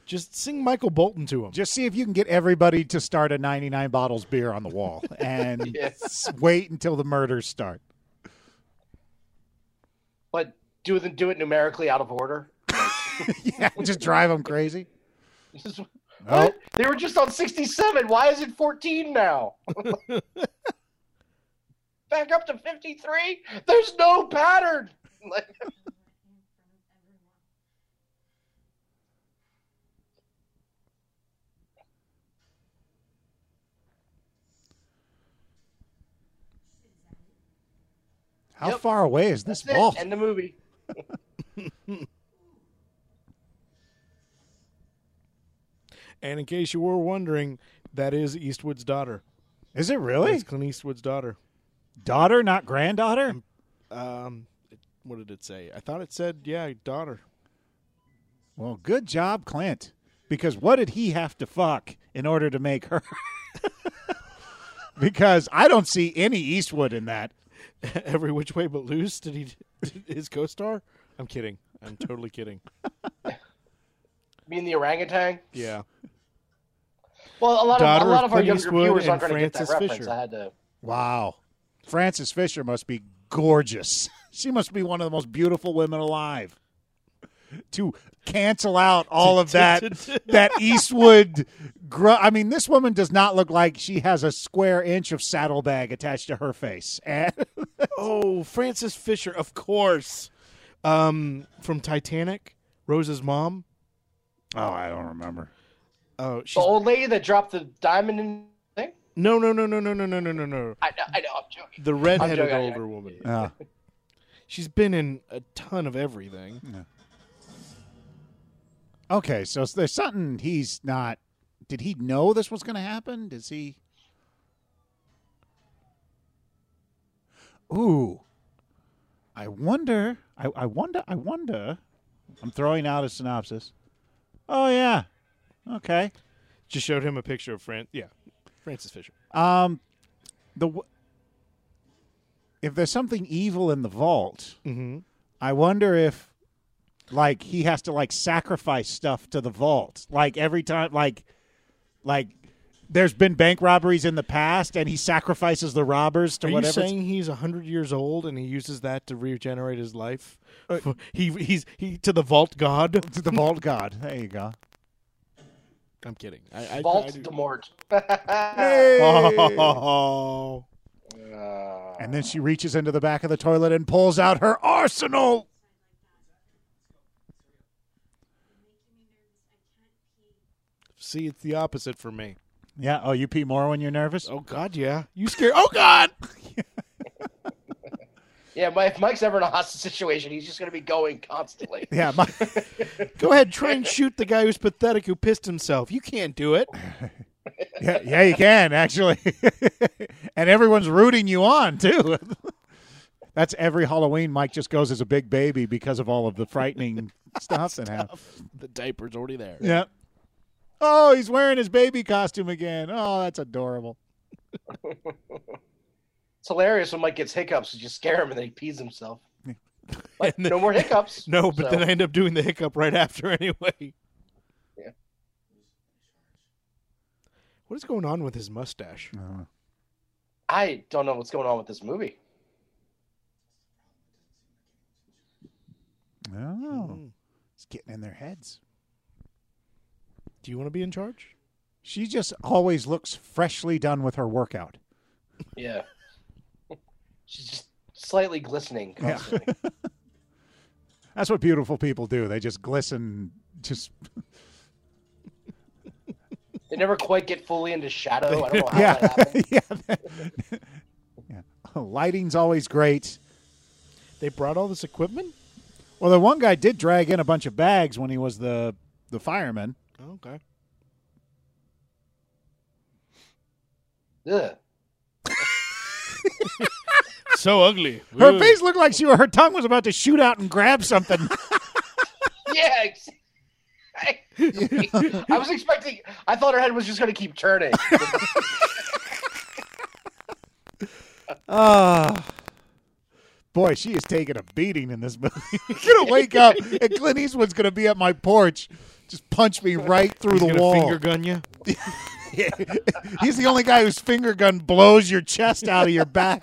Just sing Michael Bolton to him.
Just see if you can get everybody to start a 99 bottles beer on the wall and
Yes.
wait until the murders start.
But do it do it numerically out of order.
Yeah, just drive them crazy.
Just-
Oh.
What? They were just on 67. Why is it 14 now? Back up to 53? There's no pattern. Like,
How
Yep.
far away is this
that's it.
ball?
End the movie.
And in case you were wondering, that is Eastwood's daughter.
Is it really?
That's Clint Eastwood's daughter.
Daughter, not granddaughter?
Um, it- what did it say? I thought it said, yeah, daughter.
Well, good job, Clint. Because what did he have to fuck in order to make her? because I don't see any Eastwood in that.
Every which way but loose. Did he? Did his co-star? I'm kidding. I'm totally kidding.
Me and the orangutan.
Yeah.
Well, a lot of
Daughter
a
of
lot of our
Clint
younger
Eastwood
viewers aren't
and
going to get that
Frances
reference.
Fisher.
I had to.
Wow. Frances Fisher must be gorgeous. She must be one of the most beautiful women alive. To cancel out all of that that Eastwood gr- I mean this woman does not look like she has a square inch of saddlebag attached to her face. And
Oh, Frances Fisher, of course. Um, from Titanic, Rose's mom.
Oh, I don't remember.
Oh,
The
she's
old lady that dropped the diamond in the thing.
no, no, no, no, no, no, no, no, no, no.
I know. I know. I'm joking.
The redheaded
joking, I'm
older
joking.
woman.
Uh,
She's been in a ton of everything.
okay, so there's something he's not did he know this was going to happen? Does he Ooh. I wonder. I, I wonder. I wonder. I'm throwing out a synopsis. Oh yeah. Okay.
Just showed him a picture of Fran. Yeah, Frances Fisher.
Um, the w- if there's something evil in the vault,
Mm-hmm.
I wonder if like he has to like sacrifice stuff to the vault. Like every time, like like there's been bank robberies in the past, and he sacrifices the robbers to
Are you
whatever. it's-
saying he's hundred years old and he uses that to regenerate his life? he he's he to the vault god.
to the vault god. There you go.
I'm kidding. I, I,
Vault
I do-
Demort.
Oh,
And then she reaches into the back of the toilet and pulls out her arsenal.
See, it's the opposite for me.
Yeah. Oh, you pee more when you're nervous.
Oh God, yeah. You scare. Oh God.
Yeah, but if Mike's ever in a hostage situation, he's just going to be going constantly.
Yeah. My,
Go ahead, try and shoot the guy who's pathetic who pissed himself. You can't do it.
yeah, yeah, you can actually, and everyone's rooting you on too. That's every Halloween. Mike just goes as a big baby because of all of the frightening stuff that happens.
The diaper's already there.
Yeah. Oh, he's wearing his baby costume again. Oh, that's adorable.
It's hilarious when Mike gets hiccups because you scare him and then he pees himself. But no more hiccups.
No, but
So,
then I end up doing the hiccup right after anyway.
Yeah.
What is going on with his mustache?
Uh,
I don't know what's going on with this movie.
Oh,
Mm.
it's getting in their heads.
Do you want to be in charge?
She just always looks freshly done with her workout.
Yeah. She's just slightly glistening
Yeah.
constantly.
That's what beautiful people do. They just glisten. Just
They never quite get fully into shadow. I don't know how that
yeah,
happened.
yeah, yeah. Lighting's always great.
They brought all this equipment?
Well, the one guy did drag in a bunch of bags when he was the the fireman.
Okay.
Ugh.
So ugly.
Her face looked like she her tongue was about to shoot out and grab something.
Yeah. ex- I, I was expecting. I thought her head was just going to keep turning.
Ah. Boy, she is taking a beating in this movie. You're gonna wake up, and Clint Eastwood's gonna be at my porch, just punch me right through
He's
the
gonna
wall.
finger gun you.
He's the only guy whose finger gun blows your chest out of your back.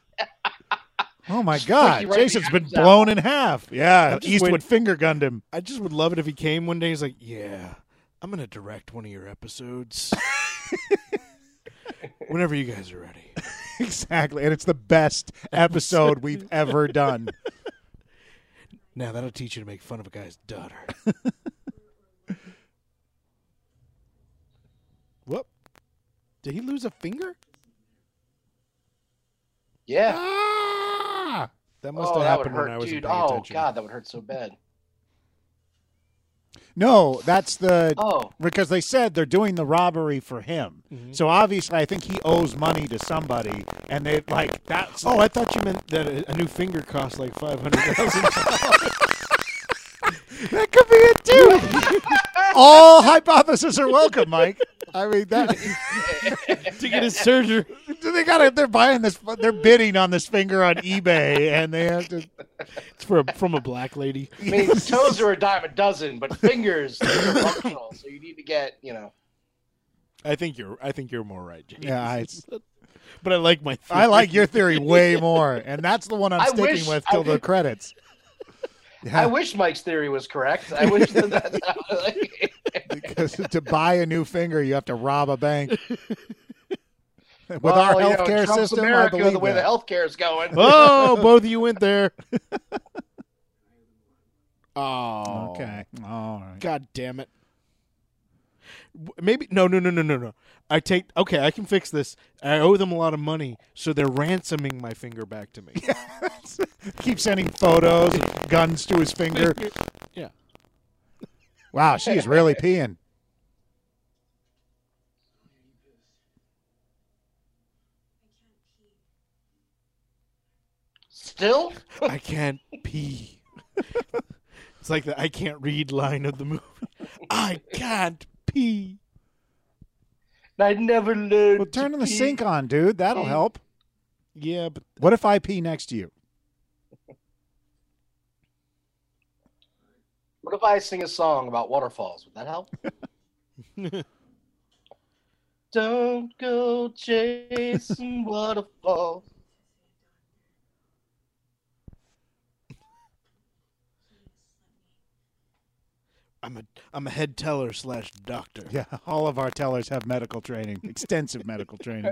oh my
you
god,
right in the
Jason's been
eyes out.
blown in half. Yeah,
just
Eastwood
wait-
finger gunned him.
I just would love it if he came one day. He's like, "Yeah, I'm gonna direct one of your episodes whenever you guys are ready."
exactly, and it's the best episode we've ever done.
Now that'll teach you to make fun of a guy's daughter. Whoop! Did he lose a finger?
Yeah.
ah!
That must
Oh, that
have
would
happened when
hurt,
I was
dude.
paying
Oh
attention.
god, that would hurt so bad.
No, that's the
Oh,
because they said they're doing the robbery for him.
Mm-hmm.
So obviously, I think he owes money to somebody, and they like that's
Oh, I thought you meant that a, a new finger costs like five hundred thousand.
that could be it too. All hypotheses are welcome, Mike. I mean that
to get his surgery.
they got to They're buying this. They're bidding on this finger on eBay, and they have to.
It's for a, from a black lady.
I mean, toes are a dime a dozen, but fingers they're functional, so you need to get you know.
I think you're. I think you're more right, James.
Yeah, I,
But I like my.
I like your theory way more, and that's the one I'm
I
sticking
wish-
with till
I-
the credits.
I wish Mike's theory was correct. I wish that. that-
Because to buy a new finger, you have to rob a bank. With
Well,
our
Oh, you know,
healthcare
Trump's
system, I
America,
believe
the way
that.
the healthcare is going.
Oh, both of you went there. oh.
Okay. All right.
God damn it. W- Maybe no no no no no no. I take okay. I can fix this. I owe them a lot of money, so they're ransoming my finger back to me.
Keep sending photos, of guns to his finger.
yeah.
Wow, she's really peeing.
Still,
I can't pee. it's like the I can't read line of the movie. I can't pee.
I never learned.
Well, turn
to
the
pee.
sink on, dude. That'll help.
Yeah, but
What if I pee next to you?
What if I sing a song about waterfalls? Would that help? Don't go chasing waterfalls.
I'm a I'm a head teller slash doctor.
Yeah, all of our tellers have medical training, extensive medical training.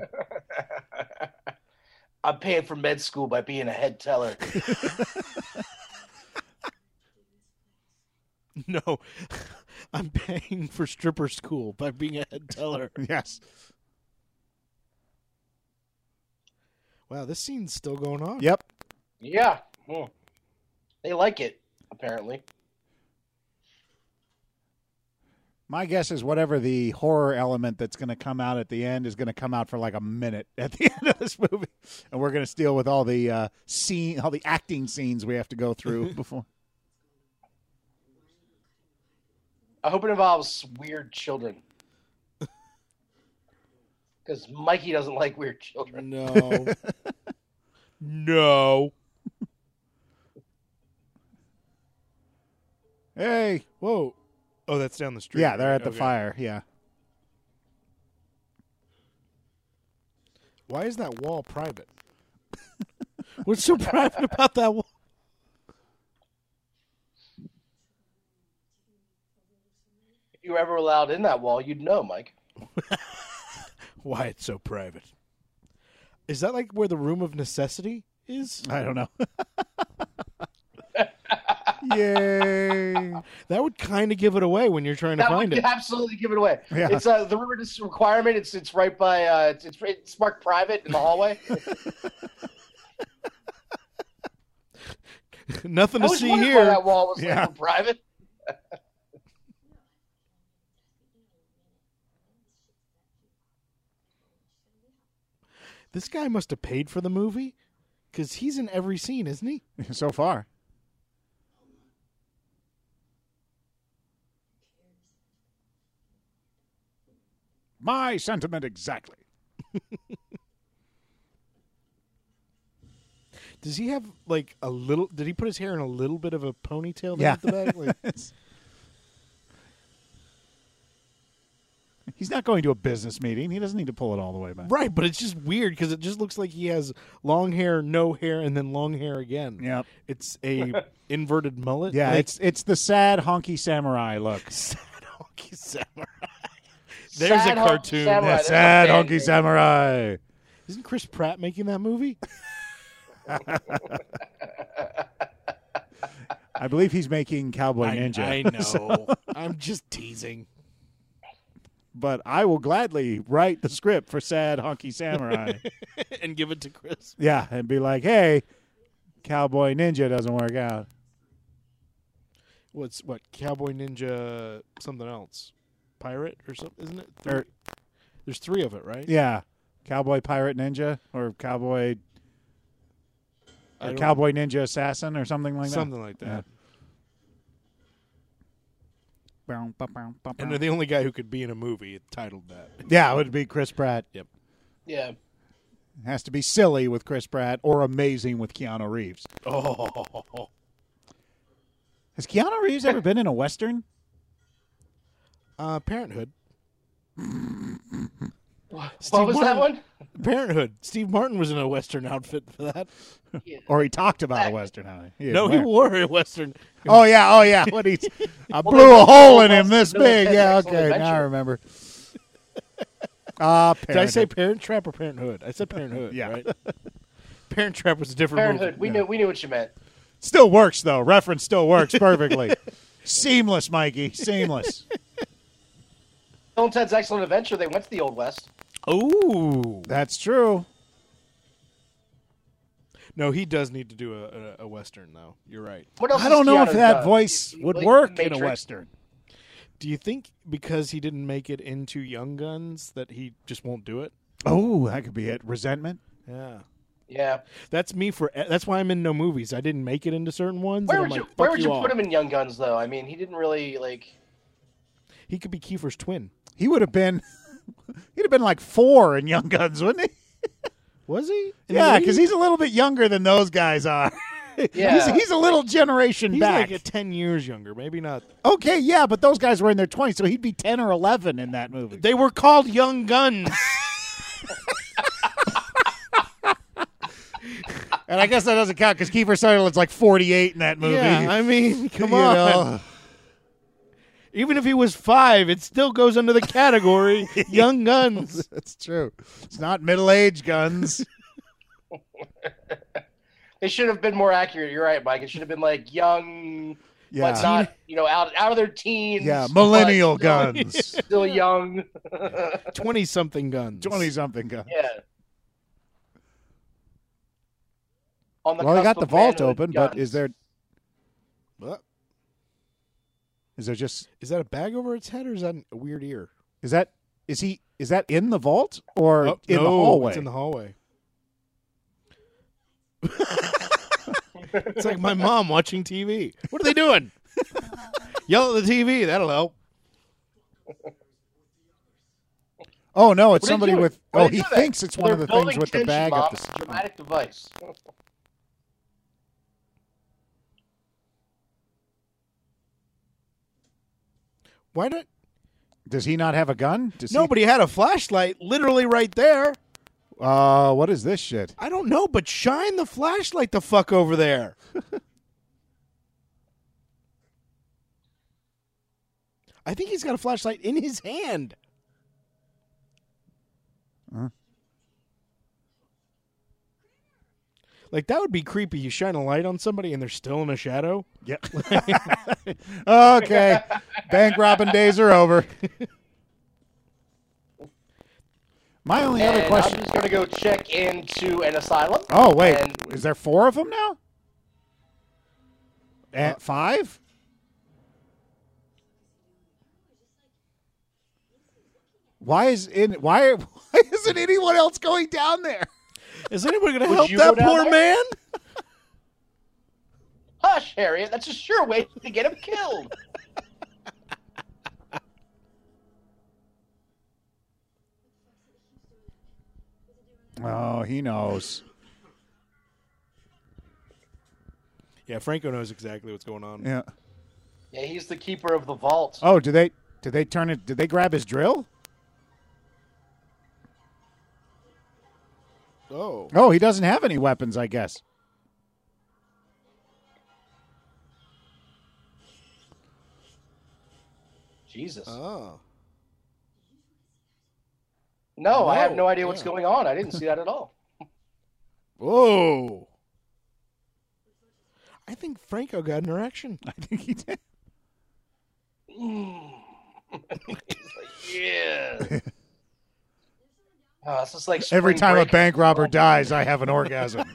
I'm paying for med school by being a head teller.
No, I'm paying for stripper school by being a head teller.
Yes.
Wow, this scene's still going on.
Yep.
Yeah. Hmm. They like it, apparently.
My guess is whatever the horror element that's going to come out at the end is going to come out for like a minute at the end of this movie, and we're going to deal with all the uh, scene, all the acting scenes we have to go through before.
I hope it involves weird children. Because Mikey doesn't like weird children.
No. no.
Hey,
Whoa. Oh, that's down the street.
yeah, they're at the
Okay.
fire. Yeah,
Why is that wall private? What's so private about that wall?
If you were ever allowed in that wall, you'd know, Mike.
Why it's so private? Is that like where the room of necessity is?
I don't know. Yay!
That would kind of give it away when you're trying to
That
find
would
it.
absolutely give it away.
Yeah.
It's uh, the river dis- requirement. It's it's right by uh, it's, it's it's marked private in the hallway.
Nothing
I
to
was
see
wondering why
here.
that wall was
Yeah.
like for private.
This guy must have paid for the movie because he's in every scene, isn't he?
so far, my sentiment exactly.
Does he have like a little? Did he put his hair in a little bit of a ponytail? there
Yeah.
At the back? Like,
He's not going to a business meeting. He doesn't need to pull it all the way back.
right, but it's just weird because it just looks like he has long hair, no hair, and then long hair again.
Yep.
It's a inverted mullet.
Yeah,
Like,
it's it's the sad honky samurai look.
sad honky samurai. There's
Sad
a
honky
cartoon.
samurai.
Yeah,
that's
sad
a band name.
honky samurai.
Isn't Chris Pratt making that movie?
I believe he's making Cowboy Ninja,
I, I know. I'm just teasing.
but I will gladly write the script for Sad Honky Samurai.
and give it to Chris.
yeah, and be like, hey, Cowboy Ninja doesn't work out.
What's what? Cowboy Ninja something else. Pirate or something, isn't it? Three.
Or-
There's three of it,
Er,
right?
Yeah, Cowboy Pirate Ninja or Cowboy
I
or
don't-
Cowboy Ninja Assassin or something like that.
something like that.
Yeah. Bow, bow, bow, bow,
And
bow.
they're the only guy who could be in a movie titled that.
yeah, it would be Chris Pratt.
Yeah.
has to be silly with Chris Pratt or amazing with Keanu Reeves.
Oh,
Has Keanu Reeves ever been in a western?
uh, Parenthood.
what was that
Martin-
one?
Parenthood. Steve Martin was in a Western outfit for that.
Or he talked about a western? Huh? He-
No, he wore a Western.
Oh yeah, oh yeah. What he's I blew a
that's
hole
the
in him
whole
this
Western really
big.
is
Yeah,
Excellent
okay, now I
Adventure.
remember. Ah,
Did I say Parent Trap or Parenthood? I said Parenthood.
Yeah.
right? Parent Trap was a different
Parenthood.
movie.
We knew we knew what you meant.
still works though. Reference still works perfectly. Seamless, Mikey. Seamless.
Bill and Ted's Excellent Adventure. They went to the Old West.
Oh
That's true.
no, he does need to do a, a, a Western though. You're right.
What else
I don't
has
know if
Keanu
that
done?
voice
He-
would
like
work in
Matrix.
a western.
Do you think because he didn't make it into Young Guns that he just won't do it?
Oh, that could be it. Resentment.
Yeah.
Yeah.
That's me for. That's why I'm in no movies. I didn't make it into certain ones.
Where
and I'm
would you
like,
Where
fuck
would you
all.
put him in Young Guns though? I mean, he didn't really like.
He could be Kiefer's twin.
He would have been. He'd have been like four in Young Guns, wouldn't he?
Was he? In the
Yeah, because
80s?
he's a little bit younger than those guys are. he's,
Yeah.
he's a little generation
he's
back.
like a ten years younger. Maybe not.
okay, yeah, but those guys were in their 20s, so he'd be 10 or 11 in that movie.
They were called Young Guns.
and I guess that doesn't count because Kiefer Sutherland's like 48 in that movie.
yeah, I mean, come
You
on.
know.
Even if he was five, it still goes under the category Young Guns.
That's true. It's not middle age guns.
It should have been more accurate. You're right, Mike. It should have been like young
Yeah.
but not you know out out of their teens.
yeah,
but
millennial guns,
still young.
20 something guns.
twenty something guns.
Yeah. On
well, they
cusp
got the
of
vault
manhood,
open, but
guns.
is there
What?
is there just
Is that a bag over its head or is that a weird ear?
is that is he is that in the vault or
Oh,
in
no,
the hallway?
It's in the hallway. it's like my mom watching TV. What are they doing? Yell at the TV. That'll help.
oh no, it's
What are they
somebody
doing?
with.
What
oh,
are they
he
doing?
thinks it's one of
They're
the things
building
with the
tension,
bag
Mom.
up.
It's a
The,
dramatic device.
Why not?
does he not have a gun? Does
Nobody had a flashlight literally right there.
He, uh, what is this shit?
I don't know, but shine the flashlight the fuck over there. I think he's got a flashlight in his hand. Like that would be creepy. You shine a light on somebody and they're still in a shadow.
Yeah. okay, bank robbing days are over. My only other
And
question.
I'm just going to go check into an asylum.
Oh wait,
And
is there four of them now? At five? Why is in why why isn't anyone else going down there?
Is anybody going to
Would
help
you go
that
down
poor
there?
man?
hush, Harriet. That's a sure way to get him killed.
Oh, he knows.
Yeah, Franco knows exactly what's going on.
Yeah.
yeah, he's the keeper of the vault.
Oh, do they did they turn it did they grab his drill?
Oh,
Oh, he doesn't have any weapons, I guess.
Jesus.
oh,
no, I have
no,
no idea what's
yeah.
going on. I didn't see that at all.
whoa! I think Franco got an erection.
I think he did.
Yeah. oh, this is like
Every
spring
time a
break.
bank robber dies, I have an orgasm.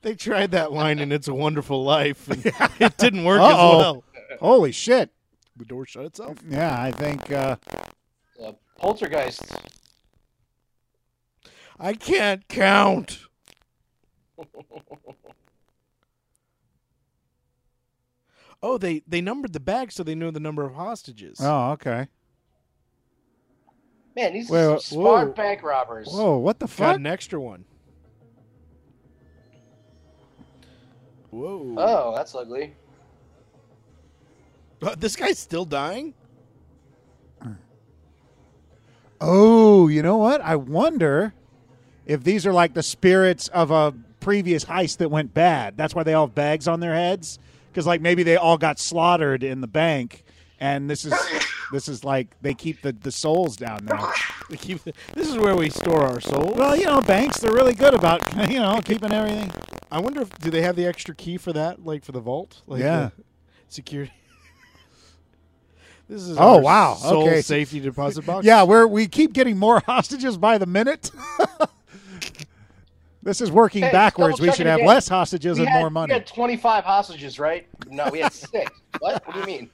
They tried that line in "It's a Wonderful Life," and it didn't work
Uh-oh.
as well.
Holy shit.
The door shut itself.
Yeah, I think uh
Uh, poltergeist.
I can't count. oh, they they numbered the bag so they knew the number of hostages.
Oh, okay.
Man, these
Wait,
are
whoa.
some smart bank robbers.
Whoa, what the
Got
fuck?
an extra one. Whoa!
Oh, that's ugly.
Uh, This guy's still dying.
Oh, you know what? I wonder if these are like the spirits of a previous heist that went bad. That's why they all have bags on their heads because like maybe they all got slaughtered in the bank, and this is this is like they keep the the souls down there.
We keep- This is where we store our souls.
Well, you know, banks they're really good about you know keeping everything.
I wonder if do they have the extra key for that, like for the vault? Like
Yeah.
the security. this is
Oh,
our
wow.
soul
Okay.
safety deposit box.
Yeah, we're we keep getting more hostages by the minute. this is working
Hey, just
backwards. We
double
should
check it
have
again.
less hostages and
had,
more money.
We had 25 hostages, right? No, we had six. what? What do you mean?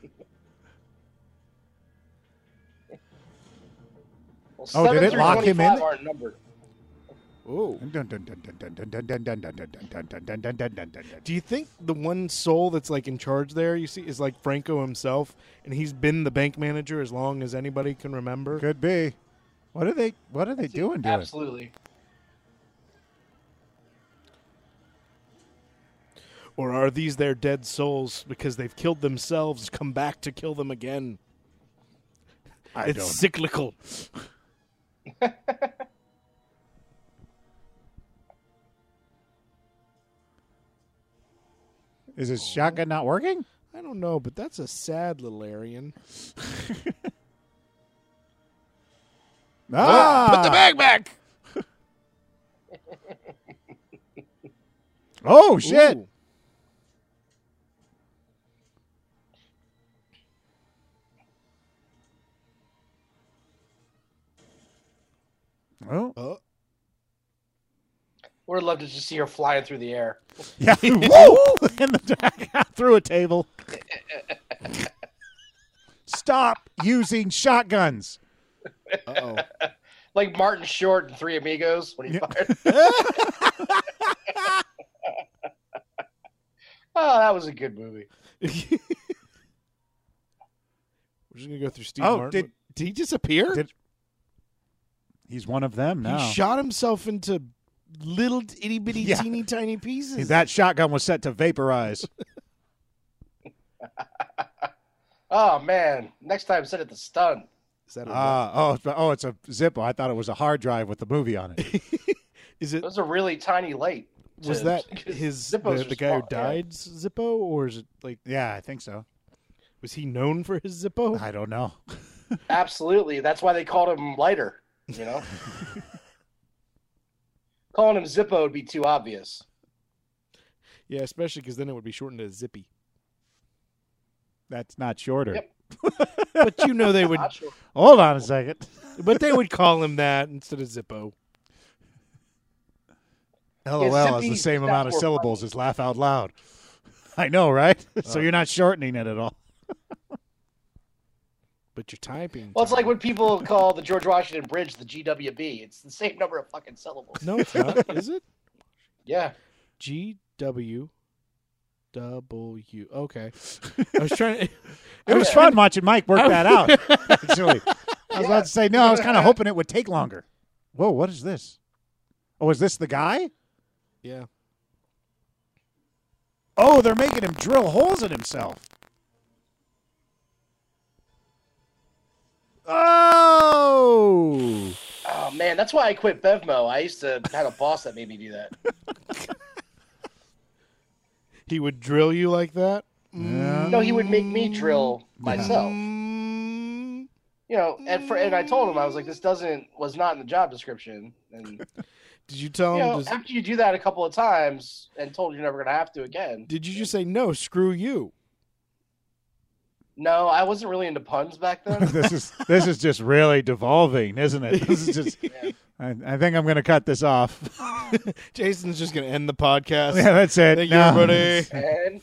Well,
Oh, did
seven
it
through
lock him in?
25 aren't numbered.
Oh.
Dun, dun, dun, dun, dun, dun, dun, dun, dun, dun, dun, dun, dun, dun, dun, dun, dun.
Do you think the one soul that's like in charge there, you see, is like Franco himself, and he's been the bank manager as long as anybody can remember?
Could be. What are they? What are they doing to it?
Absolutely.
Or are these their dead souls because they've killed themselves, come back to kill them again?
I
it's cyclical.
Is his shotgun not working?
I don't know, but that's a sad little Aryan.
Ah!
Oh, Put the bag back.
Oh shit!
Ooh.
Oh.
Oh.
love to just see her flying through the air.
Yeah. Woo! In the back, through a table. Stop using shotguns.
Uh-oh.
Like Martin Short and Three Amigos when he
Yeah.
fired. oh, that was a good movie.
We're just gonna go through Steve
Oh,
Martin.
did-
he disappear?
Did- He's one of them now.
He shot himself into little itty bitty
Yeah.
teeny tiny pieces.
that shotgun was set to vaporize.
Oh man, next time set it the stun.
Is that a-
Ah, oh, it's- oh, it's a Zippo. I thought it was a hard drive with the movie on it.
is it
That was a really tiny light.
was
to-
that
'cause
his the,
Zippos are
the guy who
small, yeah.
died Zippo or is it like
Yeah, I think so.
was he known for his Zippo?
I don't know.
Absolutely. That's why they called him lighter, you know? Calling him Zippo would be too obvious.
Yeah, especially because then it would be shortened to Zippy.
That's not shorter.
Yep.
But you know they would,
Not sure.
Hold on a second.
but they would call him that instead of Zippo.
LOL has
Zippy
the same
is
amount
not
of
more
syllables Uh. as laugh out loud. I know, right? so you're not shortening it at all.
But you're typing.
Well, it's like
Tom.
when people call the George Washington Bridge the GWB. It's the same number of fucking syllables.
no, it's not. Is it
Yeah.
G W W? Okay, I was trying. To, I
It was
trying
fun watching Mike work that out. Actually, I was about to say no. I was kind of hoping it would take longer. Whoa, what is this? Oh, is this the guy?
Yeah,
Oh, they're making him drill holes in himself. Oh,
Oh, man. That's why I quit Bevmo. I used to have a boss that made me do that.
he would drill you like that.
Mm.
No, he would make me drill myself.
Mm,
You know, and, for, and I told him, I was like, this doesn't, was not in the job description. And,
did you tell
you
him?
know,
Oh, just-
after you do that a couple of times and told you're never going to have to again.
did you just say no? Screw you.
No, I wasn't really into puns back then.
this is this is just really devolving, isn't it? This is just. I, I think I'm going to cut this off.
Jason's just gonna end the podcast.
yeah, that's it.
Thank you,
No.
everybody.
and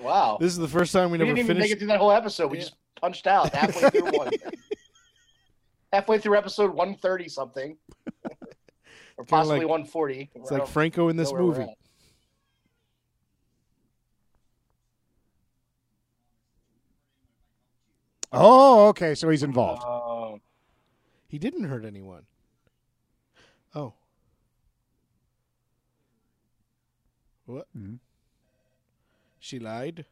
wow,
This is the first time we,
we
never
didn't even make
finished.
it through that whole episode. We
Yeah.
just punched out halfway through one. halfway through episode one thirty something, or possibly
like-
one forty.
It's like Franco in this movie.
Oh, okay. So he's involved.
Oh,
He didn't hurt anyone. Oh. What?
Mhm.
She lied.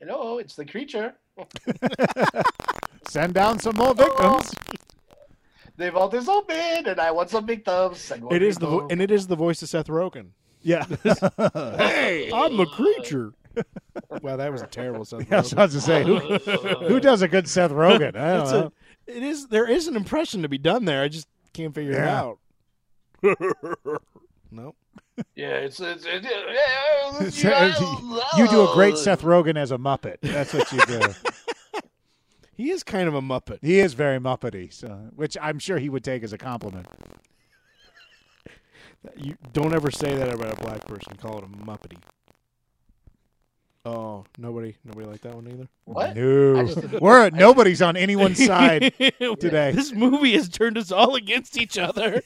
hello, it's the creature.
Send down some more victims.
The vault is open, and I want some big thumbs. and
It is the vo-
people.
and it is the voice of Seth Rogen.
Yeah.
Hey, I'm the creature. wow, that was a terrible Seth
I was
Rogen.
about to say who, who does a good Seth Rogen? I don't
That's
know.
a, it is there is an impression to be done there. I just can't figure it
Yeah.
out. no.
yeah, it's, it's, it's yeah, uh,
It's a- you do a great Seth Rogen as a Muppet. That's what you do.
He is kind of a muppet.
he is very Muppety, so, which I'm sure he would take as a compliment.
You don't ever say that about a black person. Call it a muppety. Oh, nobody, nobody liked that one either.
What? I
No,
just didn't-
we're at nobody's on anyone's side today.
This movie has turned us all against each other,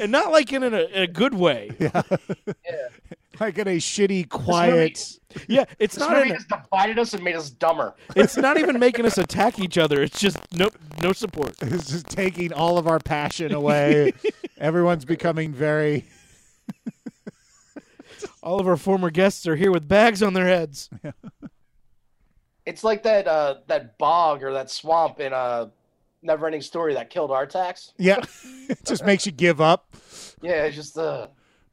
and not like in a, in a good way.
Like in a shitty, quiet.
Yeah, it's
This
not.
movie
In a,
has divided us and made us dumber.
it's not even making us attack each other. It's just no, no support.
It's just taking all of our passion away. Everyone's becoming very.
All of our former guests are here with bags on their heads.
It's like that uh, that bog or that swamp in a never-ending story that killed Artax.
Yeah, it just makes you give up.
Yeah, it's just uh,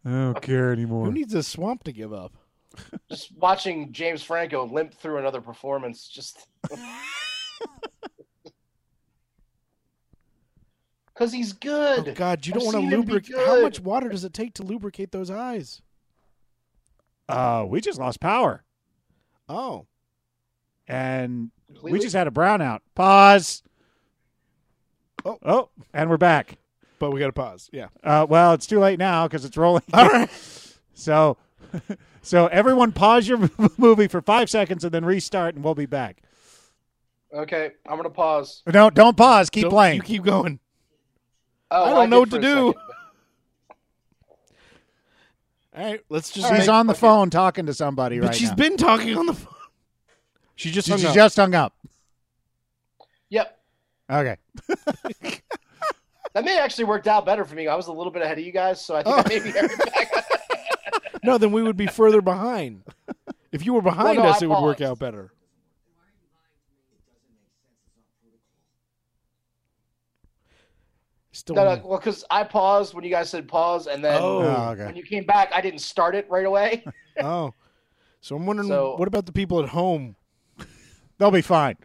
I don't care
Who
anymore.
needs a swamp to give up?
just watching James Franco limp through another performance. Just because he's
Oh
good.
God, you
I've
don't want
seen
to
him be
lubricate. How
good.
much water does it take to lubricate those eyes?
Uh, we just lost power,
Oh,
and we
Completely?
just had a brownout. Pause.
Oh.
oh, and we're back.
but we got to pause. Yeah.
Uh, well, it's too late now because it's rolling. So, so everyone, pause your movie for five seconds and then restart, and we'll be back.
Okay, I'm gonna pause.
No, don't pause. Keep
Don't-
playing.
You keep going.
Oh,
I
well,
don't know
did
what
for
to
a
do.
second, but-
All right, let's just.
She's
make-
on the phone talking to somebody
But
right
she's
now.
been talking on the phone. She just.
she
hung
she
up.
just hung up.
Yep,
Okay.
that may have actually worked out better for me. I was a little bit ahead of you guys, so I think I maybe
Oh.
back.
No, then we would be further behind. If you were behind
Well, no,
us,
I
it would work
paused.
out better. Still
No,
on-
no, well, because I paused when you guys said pause, and then
Oh.
Oh, okay.
when you came back, I didn't start it right away.
oh, so I'm wondering
So-
what about the people at home?
They'll be fine.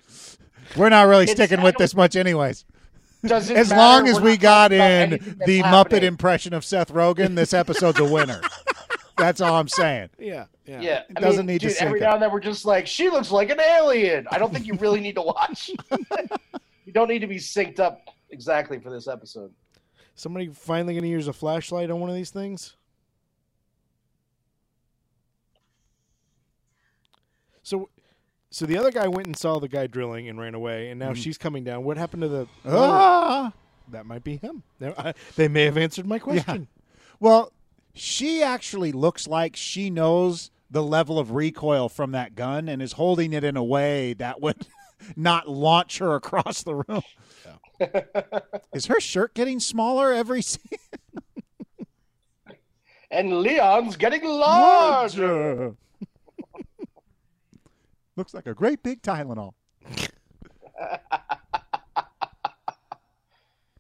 We're not really
It's-
sticking
I
with
don't-
this much, anyways.
Does it
As
matter?
long as
We're
we
not
got
talking about
in
anything that's
the Muppet
happening.
impression of Seth Rogen, this episode's a winner. That's all I'm saying.
Yeah, yeah.
Yeah, I
doesn't
mean,
need to
dude, every
sync
now
up.
and then we're just like, she looks like an alien. I don't think you really need to watch. you don't need to be synced up exactly for this episode.
Somebody finally going to use a flashlight on one of these things. So, so the other guy went and saw the guy drilling and ran away, and now she's coming down. What happened to the?
Mm-hmm.
oh,
Ah.
That might be him. There- I- They may have answered my question.
Well, she actually looks like she knows the level of recoil from that gun and is holding it in a way that would not launch her across the room. is her shirt getting smaller every scene?
And Leon's getting large.
Looks like a great big Tylenol.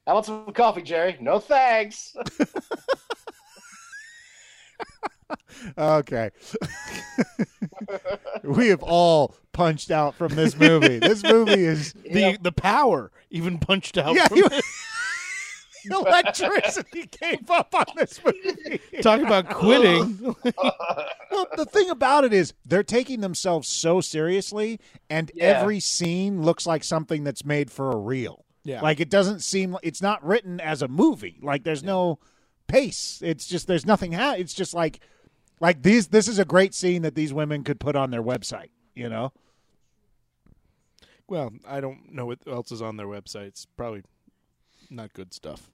I want some coffee, Jerry. No thanks.
Okay. we have all punched out from this movie. This movie is
The the power even punched out.
yeah,
from-
you, electricity gave up on this movie.
Talk about quitting.
Well, the thing about it is they're taking themselves so seriously, and
Yeah.
every scene looks like something that's made for a reel.
Yeah.
like it doesn't seem it's not written as a movie. Like there's no pace. It's just there's nothing. Ha- it's just like like these. This is a great scene that these women could put on their website. You know,
well, I don't know what else is on their website. It's probably not good stuff.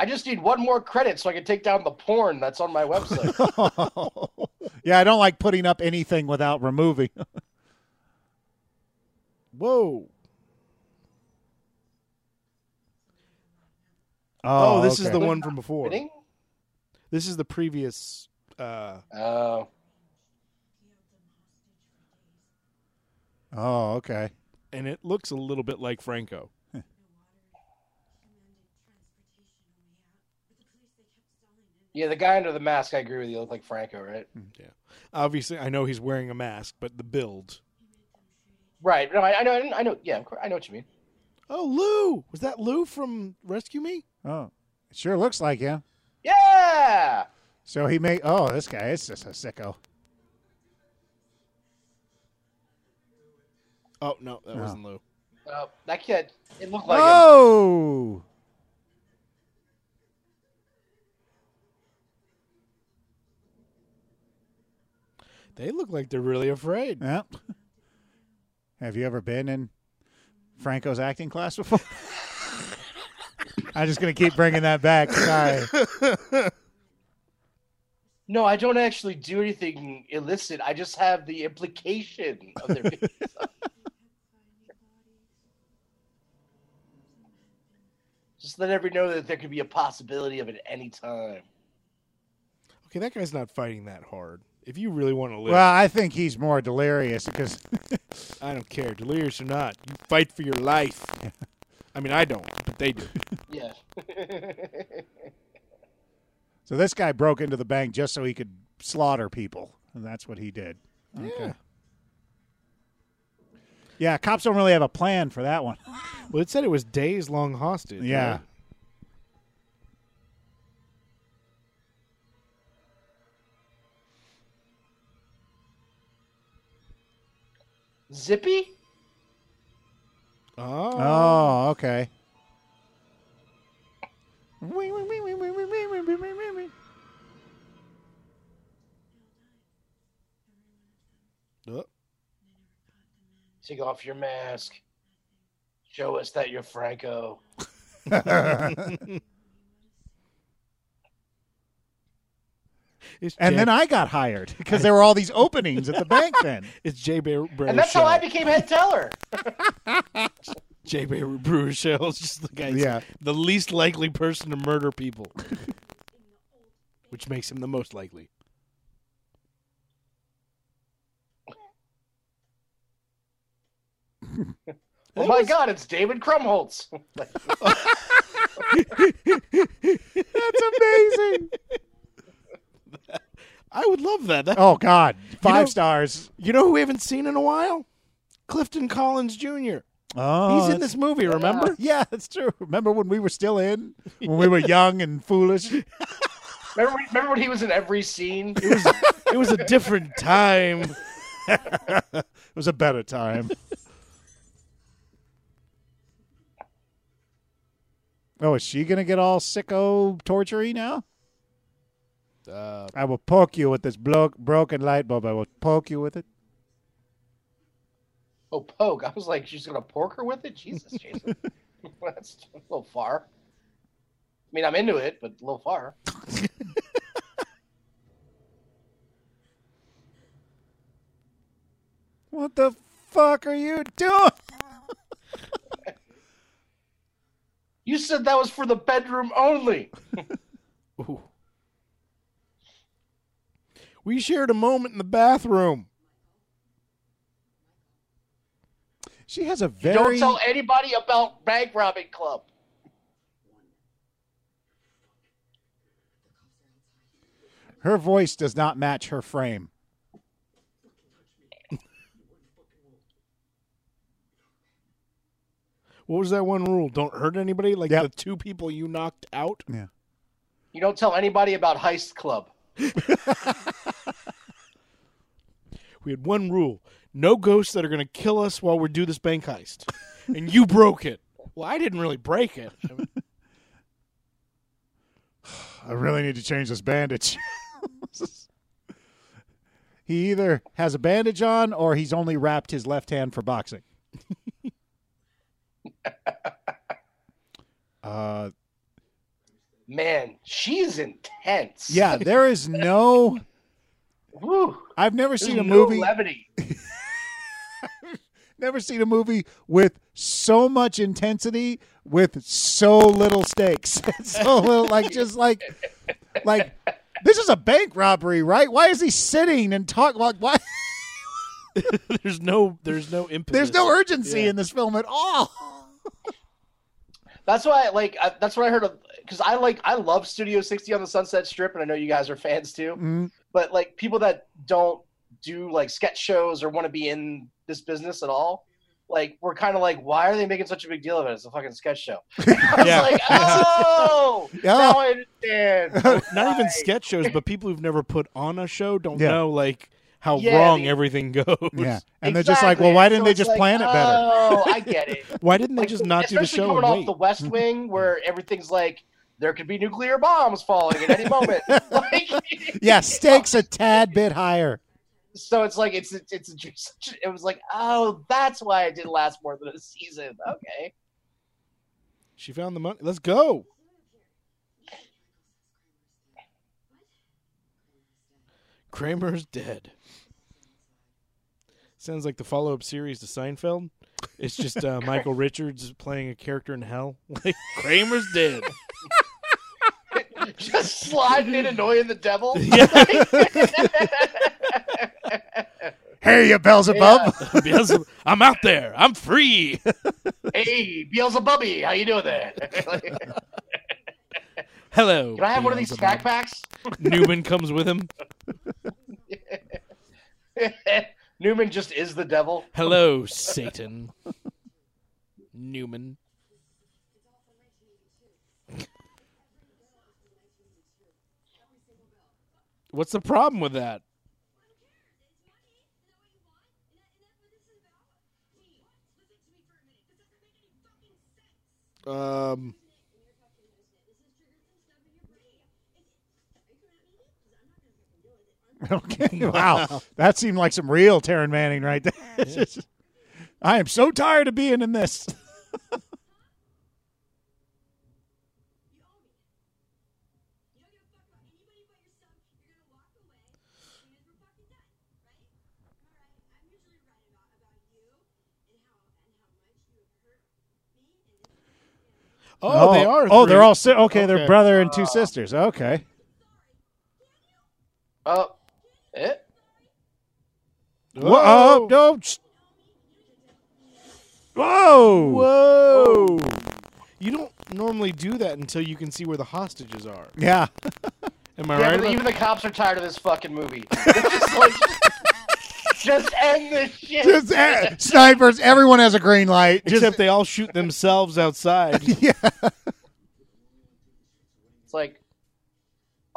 I just need one more credit so I can take down the porn that's on my website.
yeah, I don't like putting up anything without removing.
Whoa. Oh, this is
okay.
the one from before.
Kidding?
This is the previous. Uh,
Oh,
Oh, okay.
and it looks a little bit like Franco.
yeah, the guy under the mask. I agree with you. Looked like Franco, right?
Obviously, I know he's wearing a mask, but the build.
Right. No, I, I know. I know. Yeah, of course, I know what you mean.
Oh, Lou! Was that Lou from Rescue Me?
Oh, it sure looks like him.
Yeah.
So he may. Oh, this guy is just a sicko.
Oh no, that
No.
wasn't Lou.
Oh, that kid. It looked like. him.
oh.
They look like they're really afraid.
Yeah. Have you ever been in Franco's acting class before? I'm just gonna keep bringing that back. Sorry.
No, I don't actually do anything illicit. I just have the implication of their being so. Just let everyone know that there could be a possibility of it any time.
Okay, that guy's not fighting that hard. If you really want to live,
Well, I think he's more delirious because
I don't care, delirious or not. You fight for your life. I mean, I don't, but they do.
Yeah.
so this guy broke into the bank just so he could slaughter people, and that's what he did.
Yeah.
Yeah, cops don't really have a plan for that one.
Well, it said it was days long hostage.
Yeah.
right?
Zippy?
Oh. Oh.
Oh, okay.
Oh,
Take off your mask. Show us that you're Franco.
It's
And
Jay,
then I got hired because there were all these openings at the bank then.
it's Jay Bear Baruchel.
And that's how I became head teller.
Jay Bear Baruchel is just the guy.
Yeah.
the least likely person to murder people, which makes him the most likely.
Oh my God, it's David Krumholtz.
That's amazing.
I would love that. that
Oh God, five
know-
stars.
you know who we haven't seen in a while? Clifton Collins Jr.
Oh,
He's in this movie. Remember?
Yeah, that's true. Remember when we were still in, when we were young and foolish?
remember, when- remember when he was in every scene?
it was a different time.
It was a better time. oh, is she gonna get all sicko tortury now?
Uh,
I will poke you with this blo- broken light bulb. I will poke you with it.
Oh, poke. I was like, she's going to pork her with it? Jesus, Jason. That's a little far. I mean, I'm into it, but a little far.
What the fuck are you doing?
You said that was for the bedroom only.
ooh. We shared a moment in the bathroom.
She has a
Don't
very
tell anybody about bank robbing club.
her voice does not match her frame.
What was that one rule? Don't hurt anybody. Like
Yep.
the two people you knocked out.
Yeah.
You don't tell anybody about heist club.
We had one rule: no ghosts that are going to kill us while we do this bank heist. and you broke it. Well, I didn't really break it.
I really need to change this bandage. he either has a bandage on or he's only wrapped his left hand for boxing. uh,
Man, she's intense.
yeah, there is no.
Woo.
I've never seen
There's
a
no
movie.
levity.
Never seen a movie with so much intensity with so little stakes. so little, like just like like this is a bank robbery, right? Why is he sitting and talk? Like, why?
there's no. There's no impetus.
There's no urgency
Yeah.
in this film at all.
That's why, I like, I, that's what I heard of. Because I like, I love Studio 60 on the Sunset Strip, and I know you guys are fans too.
Mm.
But like, people that don't do like sketch shows or want to be in this business at all, like, we're kind of like, why are they making such a big deal of it? It's a fucking sketch show. I was
Yeah.
like, oh, now I understand.
Not even sketch shows, but people who've never put on a show don't
Yeah.
know like how
Yeah,
wrong
the-
everything goes.
Yeah, and they're just like, well, why didn't they just plan it better?
Oh, I get it.
Why didn't they
Like,
just not do the
especially
show
coming
and
off
wait?
the West Wing, where everything's like there could be nuclear bombs falling at any moment. like,
Yeah, stakes a tad bit higher.
so it's like it's it's a, it was like oh that's why it didn't last more than a season. Okay,
She found the money. Let's go. Kramer's dead. Sounds like the follow-up series to Seinfeld. It's just uh, Michael Richards playing a character in hell. Like Kramer's dead.
just sliding in annoying the devil.
Hey, you Beelzebub.
Beelzebub, I'm out there. I'm free.
hey, Beelzebubby, how you doing there? Like,
Hello.
Can I have one of these snack
Beelzebub.
packs?
Newman comes with him.
Newman just is the devil.
Hello, Satan. Newman. What's the problem with that? Um,
Okay. Wow. That seemed like some real Taryn Manning right there. I am so tired of being in this.
Oh, they are.
Oh, they're
three.
all si- okay, They're
Okay.
brother and two sisters. Okay.
Oh, eh?
Whoa. Oh, no. sh- Whoa.
Whoa. You don't normally do that until you can see where the hostages are.
Yeah.
Am I
Yeah,
right?
but
about-
even the cops are tired of this fucking movie. It's just like, just end this shit.
Just, eh, snipers. Everyone has a green light. Just,
Except they all shoot themselves outside.
It's like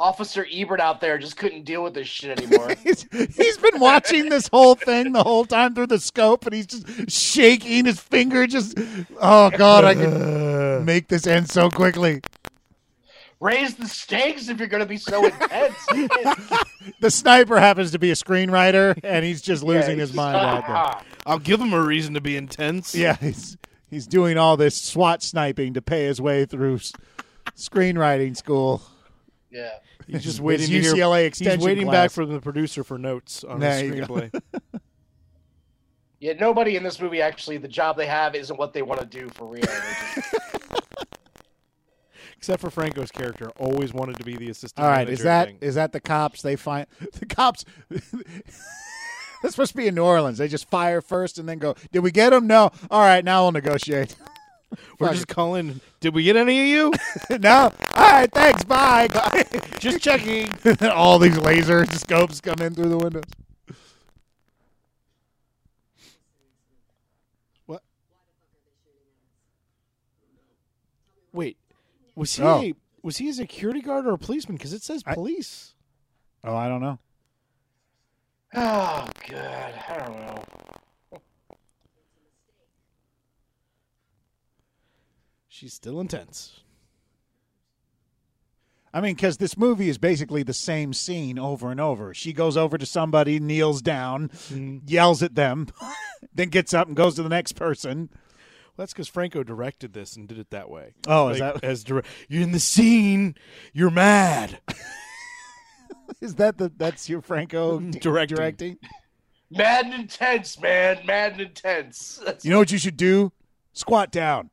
Officer Ebert out there just couldn't deal with this shit anymore.
he's, he's been watching this whole thing the whole time through the scope, and he's just shaking his finger. Just, oh god, I could make this end so quickly.
Raise the stakes if you're going to be so intense.
The sniper happens to be a screenwriter, and he's just losing
Yeah,
his mind out there.
ah.
I'll give them a reason to be intense.
Yeah, he's he's doing all this SWAT sniping to pay his way through s- screenwriting school.
Yeah.
He's just
His
waiting to hear-
UCLA
He's
extension
waiting
class.
back from the producer for notes on
There
the
you go.
screenplay.
Yeah, nobody in this movie actually, the job they have isn't what they want to do for real. They're just-
Except for Franco's character, always wanted to be the assistant.
All right, is
manager
that is
thing.
that the cops? They find the cops. That's supposed to be in New Orleans. They just fire first and then go. Did we get them? No. All right, now we'll negotiate.
We're just calling. Did we get any of you?
no. All right, thanks. Bye.
just checking.
All these laser scopes come in through the windows.
Wait, was he
Oh.
a, was he a security guard or a policeman? Because it says
I-
police.
Oh, I don't know.
oh, God. I don't know.
She's still intense.
I mean, because this movie is basically the same scene over and over. She goes over to somebody, kneels down,
Mm-hmm.
yells at them, then gets up and goes to the next person.
Well, that's because Franco directed this and did it that way.
Oh, is that-
as dire- you're in the scene? You're mad.
Is that the that's your Franco d-
Directing.
directing?
Mad and intense, man. Mad and intense. That's
You know what you should do? Squat down.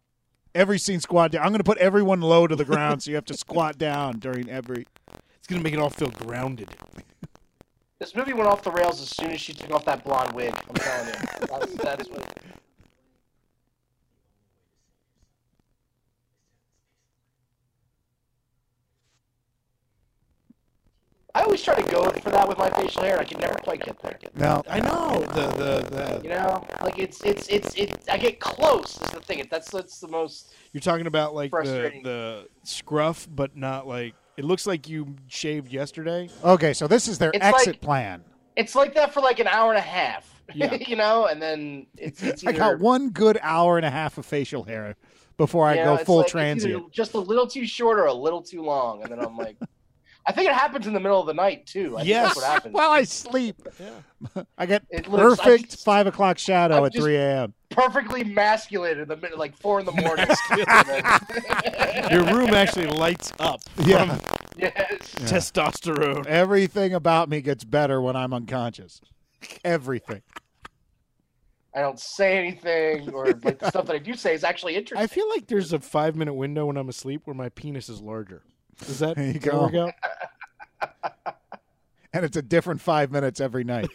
Every scene, squat down. I'm going to put everyone low to the ground, so you have to squat down during every.
It's gonna make it all feel grounded.
This movie went off the rails as soon as she took off that blonde wig. I'm telling you, that's, that's what. I always try to go for that with my facial hair, and I can never quite get there.
No,
I know the the, the
You know, like it's it's it's it. I get close. Is the thing. That's that's the most.
You're talking about like the,
Frustrating.
the scruff, but not like it looks like you shaved yesterday.
okay, so this is their
It's
exit
like-
plan.
It's like that for like an hour and a half.
Yeah.
you know, and then it's, it's
I
either,
got one good hour and a half of facial hair before I
you know,
go
it's
full
like, it's either
transient.
Just a little too short or a little too long, and then I'm like, I think it happens in the middle of the night too. I think
Yes.
that's what happens.
While I sleep,
Yeah.
I get
It looks- I
perfect
just-
five o'clock shadow
I
at
just-
three a.m.
Perfectly masculine in the middle, like four in the morning.
Your room actually lights up
Yeah.
from
yes.
testosterone.
Everything about me gets better when I'm unconscious. Everything.
I don't say anything, or like the stuff that I do say is actually interesting.
I feel like there's a five minute window when I'm asleep where my penis is larger. Does that
There you
does that
go.
work out?
And it's a different five minutes every night.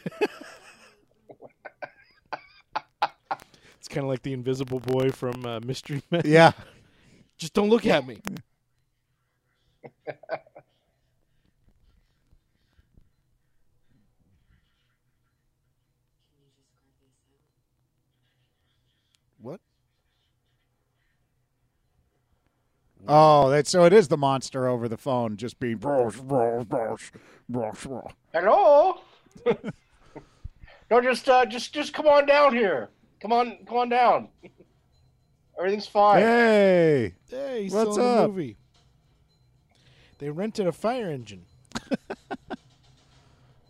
It's kind of like the Invisible Boy from uh, Mystery Men.
Yeah.
Just don't look at me. what?
Oh, that so it is the monster over the phone just being brush, brush, brush, brush, brush.
Hello. no, just uh, just just come on down here. Come on, come on down. Everything's fine.
Hey.
Hey, he's
What's
still in the
up?
movie. They rented a fire engine.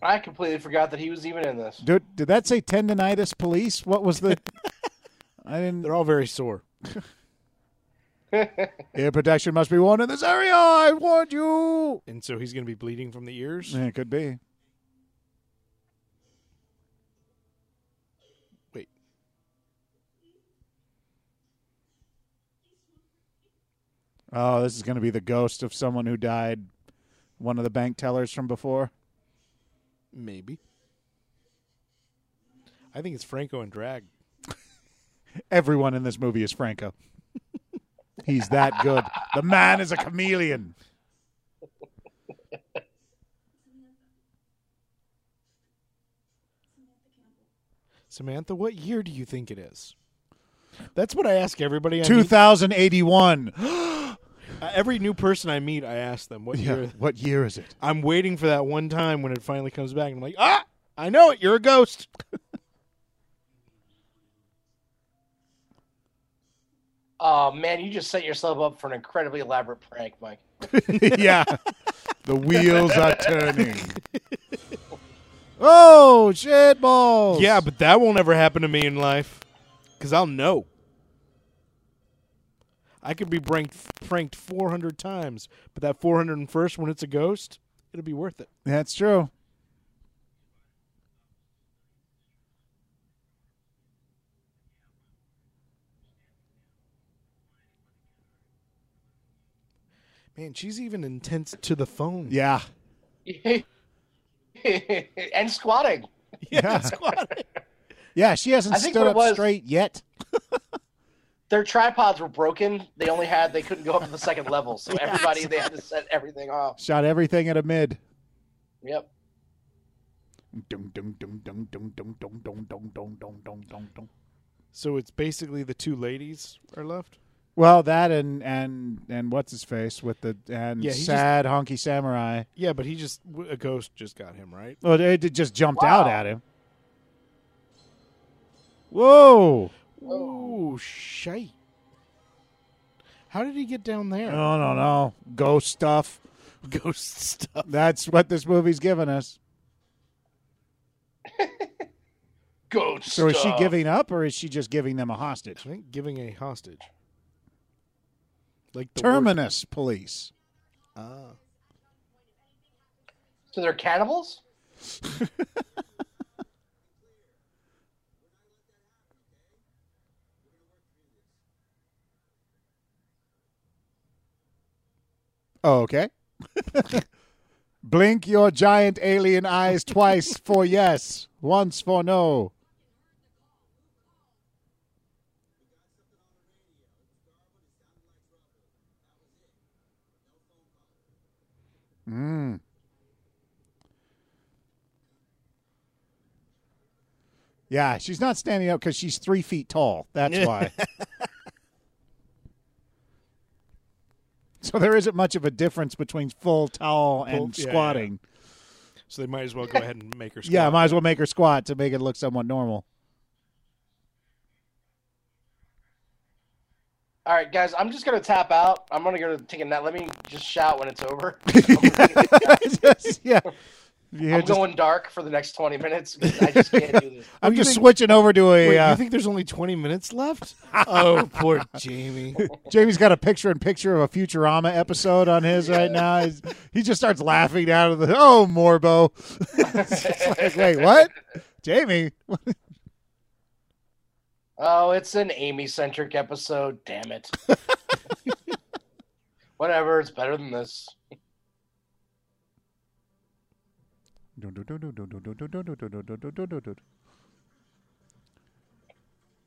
I completely forgot that he was even in this.
Did, did that say tendonitis police? What was the? I didn't.
They're all very sore.
Ear protection must be worn in this area. I warned you.
And so he's going to be bleeding from the ears.
Yeah, It could be.
Wait.
Oh, this is going to be the ghost of someone who died, one of the bank tellers from before.
Maybe. I think it's Franco and Drag.
Everyone in this movie is Franco. He's that good. The man is a chameleon.
Samantha, what year do you think it is? That's what I ask everybody. I meet.
2081.
Uh, every new person I meet, I ask them what
Yeah.
year.
What year is it?
I'm waiting for that one time when it finally comes back. And I'm like, ah, I know it. You're a ghost.
Oh man, you just set yourself up for an incredibly elaborate prank, Mike.
yeah. The wheels are turning. oh, shit balls.
Yeah, but that won't ever happen to me in life because I'll know. I could be pranked, pranked 400 times, but that 401st, when it's a ghost, it'll be worth it.
That's true.
Man, she's even intense to the phone.
Yeah.
and squatting.
Yeah. Yeah, she hasn't
I think
stood
what it
up
was-
straight yet.
Their tripods were broken. They only had they couldn't go up to the second level, so everybody they had to set everything off.
Shot everything at a mid.
Yep.
Dum, dum, dum, dum, dum, dum, dum, dum, dum, dum, dum, dum, dum, dum.
So it's basically the two ladies are left.
Well, that and and and what's his face with the and
Yeah, he just-
sad honky samurai.
Yeah, but he just, a ghost just got him, right?
Well, it it Oh, just jumped
Wow.
out at him. Whoa!
Oh, shite. How did he get down there?
No, no, no! Ghost stuff.
Ghost stuff.
That's what this movie's giving us.
Ghost.
So is she
stuff.
giving up, or is she just giving them a hostage?
I think giving a hostage. Like the word-
Terminus police.
Ah.
So they're cannibals.
Oh, okay. Blink your giant alien eyes twice for yes, once for no. Mm. Yeah, she's not standing up because she's three feet tall. That's why. so there isn't much of a difference between full tall and
Full- yeah, yeah.
squatting.
So they might as well go ahead and make her squat.
Yeah, might as well make her squat to make it look somewhat normal.
All right, guys, I'm just gonna tap out. I'm gonna go take a nap. Let me just shout when it's over.
Just- yeah. You hear
I'm
just-
going dark for the next 20 minutes. 'cause I just can't do this.
I'm
you
just
think-
switching over to a.
Wait,
uh,
you think there's only 20 minutes left? oh, poor Jamie.
Jamie's got a picture in picture of a Futurama episode on his right now. He's, he just starts laughing out of the. Oh, Morbo. It's just like, wait, what? Jamie?
Oh, it's an Amy centric episode. Damn it. Whatever, it's better than this.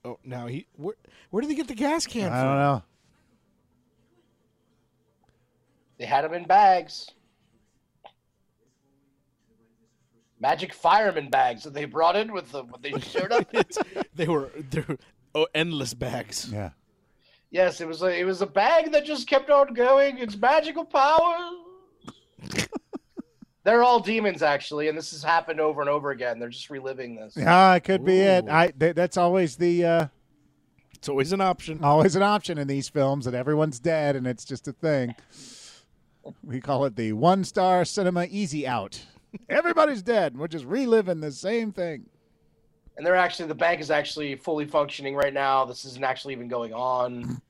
Oh, now he. Where, where did he get the gas can
I
from?
don't know.
They had them in bags. Magic fireman bags that they brought in with them when they showed up.
They were they were oh endless bags.
Yeah.
yes, it was a it was a bag that just kept on going. It's magical power. They're all demons, actually, and this has happened over and over again. They're just reliving this.
Yeah, it could be it.
Ooh.
I th- that's always the uh,
It's always an option.
always an option in these films that everyone's dead and it's just a thing. We call it the one star cinema easy out. Everybody's dead. We're just reliving the same thing.
and they're actually the bank is actually fully functioning right now. This isn't actually even going on.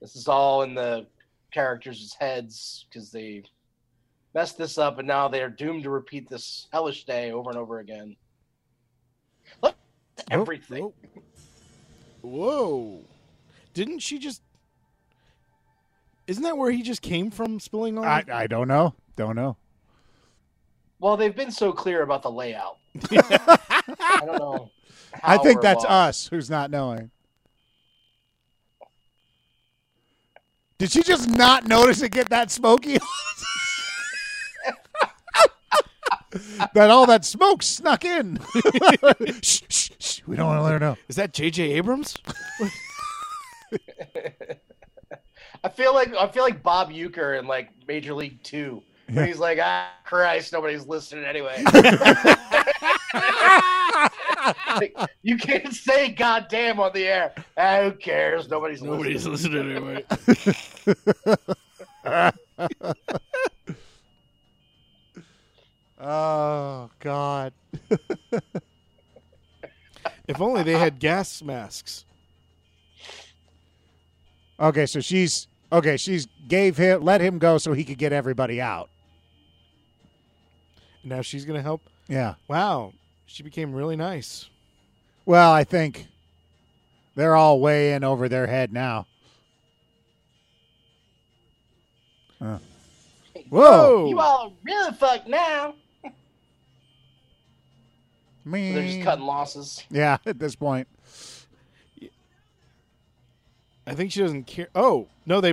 This is all in the characters' heads because they messed this up, and now they are doomed to repeat this hellish day over and over again. Look, everything.
Oh. Whoa. Didn't she just. Isn't that where he just came from, spilling all
I, I don't know. Don't know.
Well, they've been so clear about the layout. I don't know.
I
how
think
or
that's
why.
us who's not knowing. Did she just not notice it get that smoky? that all that smoke snuck in. shh, shh, shh. We don't want to let her know.
Is that J.J. Abrams?
I feel like I feel like Bob Euchre in like Major League Two. When he's like, ah, Christ, nobody's listening anyway. Like, you can't say goddamn on the air. Ah, who cares? Nobody's, listening.
listening anyway.
Oh God!
if only they had gas masks.
Okay, so she's okay. She's gave him let him go so he could get everybody out.
Now she's going to help.
Yeah.
Wow. She became really nice.
Well, I think they're all way in over their head now. Huh. Whoa!
Oh,
You all are really fucked now.
Me.
They're just cutting losses.
Yeah, at this point.
I think she doesn't care. Oh, no, they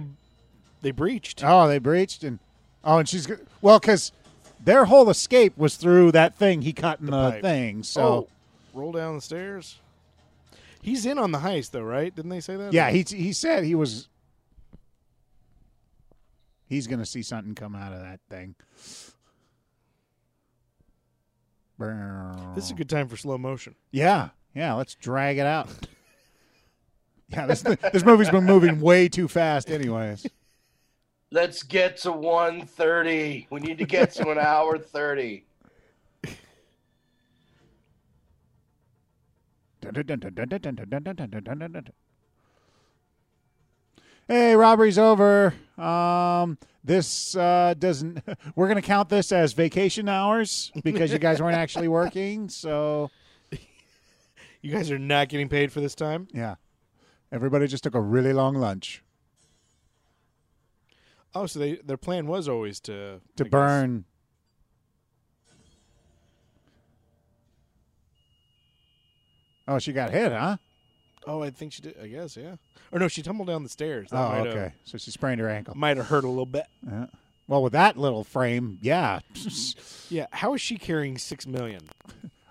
they breached.
Oh, they breached and oh, and she's go- well because their whole escape was through that thing he cut in the,
pipe.
thing. So
Oh, roll down the stairs. He's in on the heist, though, right? Didn't they say that?
yeah, he he said he was. He's gonna see something come out of that thing.
This is a good time for slow motion.
Yeah, yeah. Let's drag it out. yeah, this this movie's been moving way too fast, anyways.
Let's get to 130. We need to get to an hour 30.
Hey, robbery's over. Um, this uh, doesn't. We're gonna count this as vacation hours because you guys weren't actually working. So
You guys are not getting paid for this time.
yeah, everybody just took a really long lunch
Oh, so they their plan was always to
to
I guess-
burn. Oh, she got hit, huh?
Oh, I think she did. I guess, yeah. Or no, she tumbled down the stairs. That
Oh,
might
okay. So she sprained her ankle.
Have, might have hurt a little bit.
Yeah. Well, with that little frame, yeah.
Yeah. How is she carrying six million?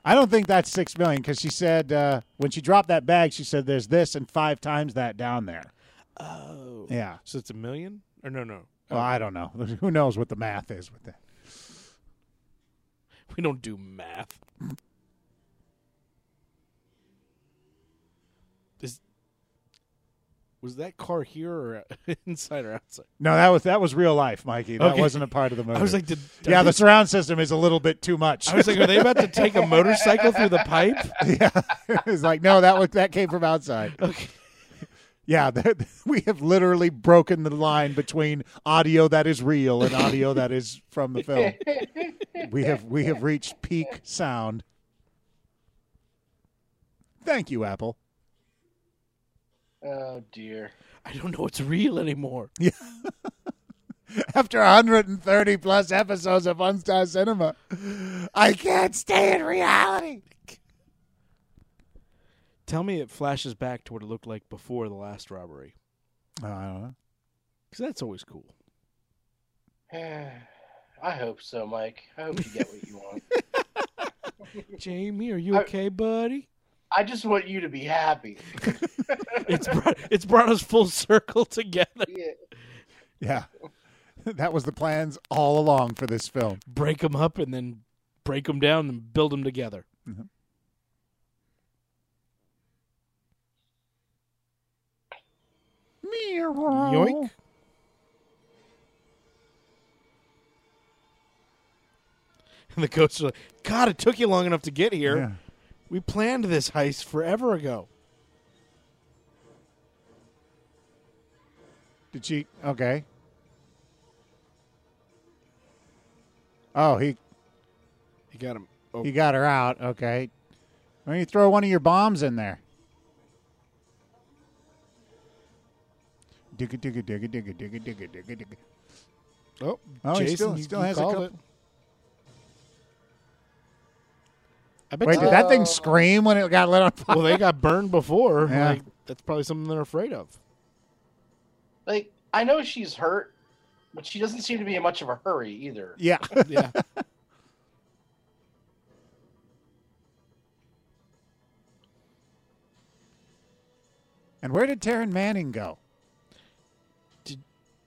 I don't think that's six million because she said uh, when she dropped that bag, she said there's this and five times that down there.
Oh.
Yeah.
So it's a million? Or no, no.
Well, I don't know. Who knows what the math is with that?
We don't do math. Is, was that car here or inside or outside?
No, that was that was real life, Mikey. That
Okay.
wasn't a part of the movie.
I was like, did,
yeah, the surround system is a little bit too much.
I was like, are they about to take a motorcycle through the pipe?
yeah, it's like no, that was, that came from outside.
Okay.
Yeah, that, we have literally broken the line between audio that is real and audio that is from the film. We have we have reached peak sound. Thank you, Apple.
Oh, dear.
I don't know what's real anymore.
After 130 plus episodes of One Star Cinema, I can't stay in reality.
Tell me it flashes back to what it looked like before the last robbery.
Oh, I don't know.
Because that's always cool.
I hope so, Mike. I hope you get what you want.
Jamie, are you
I-
okay, buddy?
I just want you to be happy.
It's brought, it's brought us full circle together.
Yeah.
Yeah, that was the plans all along for this film.
Break them up and then break them down and build them together. Yoink. And the ghosts are like, God, it took you long enough to get here.
Yeah.
We planned this heist forever ago.
Did she? Okay. Oh, he
You got him. Oh,
he got her out. Okay. Why don't you throw one of your bombs in there? Digga digga digga digga digga digga digga digga.
oh,
Oh, he
Jason,
still- he
you-
still
you
has a
called
couple.
it. I bet
Wait,
they-
did that thing scream when it got lit on fire?
well, they got burned before.
Yeah.
Like, that's probably something they're afraid of.
Like, I know she's hurt, but she doesn't seem to be in much of a hurry either.
Yeah.
Yeah.
and where did Taryn Manning go?
did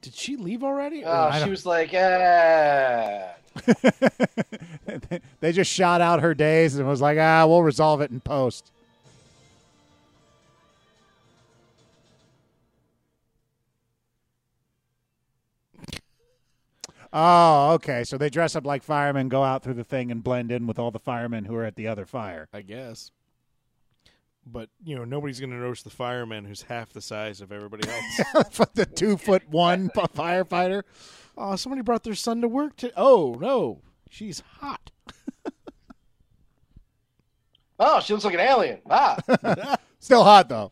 did she leave already? Or-
Uh,
I
she
don't-
was like, eh.
they just shot out her days and was like, ah, we'll resolve it in post. Oh, okay. So they dress up like firemen, go out through the thing, and blend in with all the firemen who are at the other fire.
I guess. But you know, nobody's going to notice the fireman who's half the size of everybody else.
the two foot one p- firefighter.
oh, somebody brought their son to work. To oh no, she's hot.
Oh, she looks like an alien. Ah.
Still hot, though.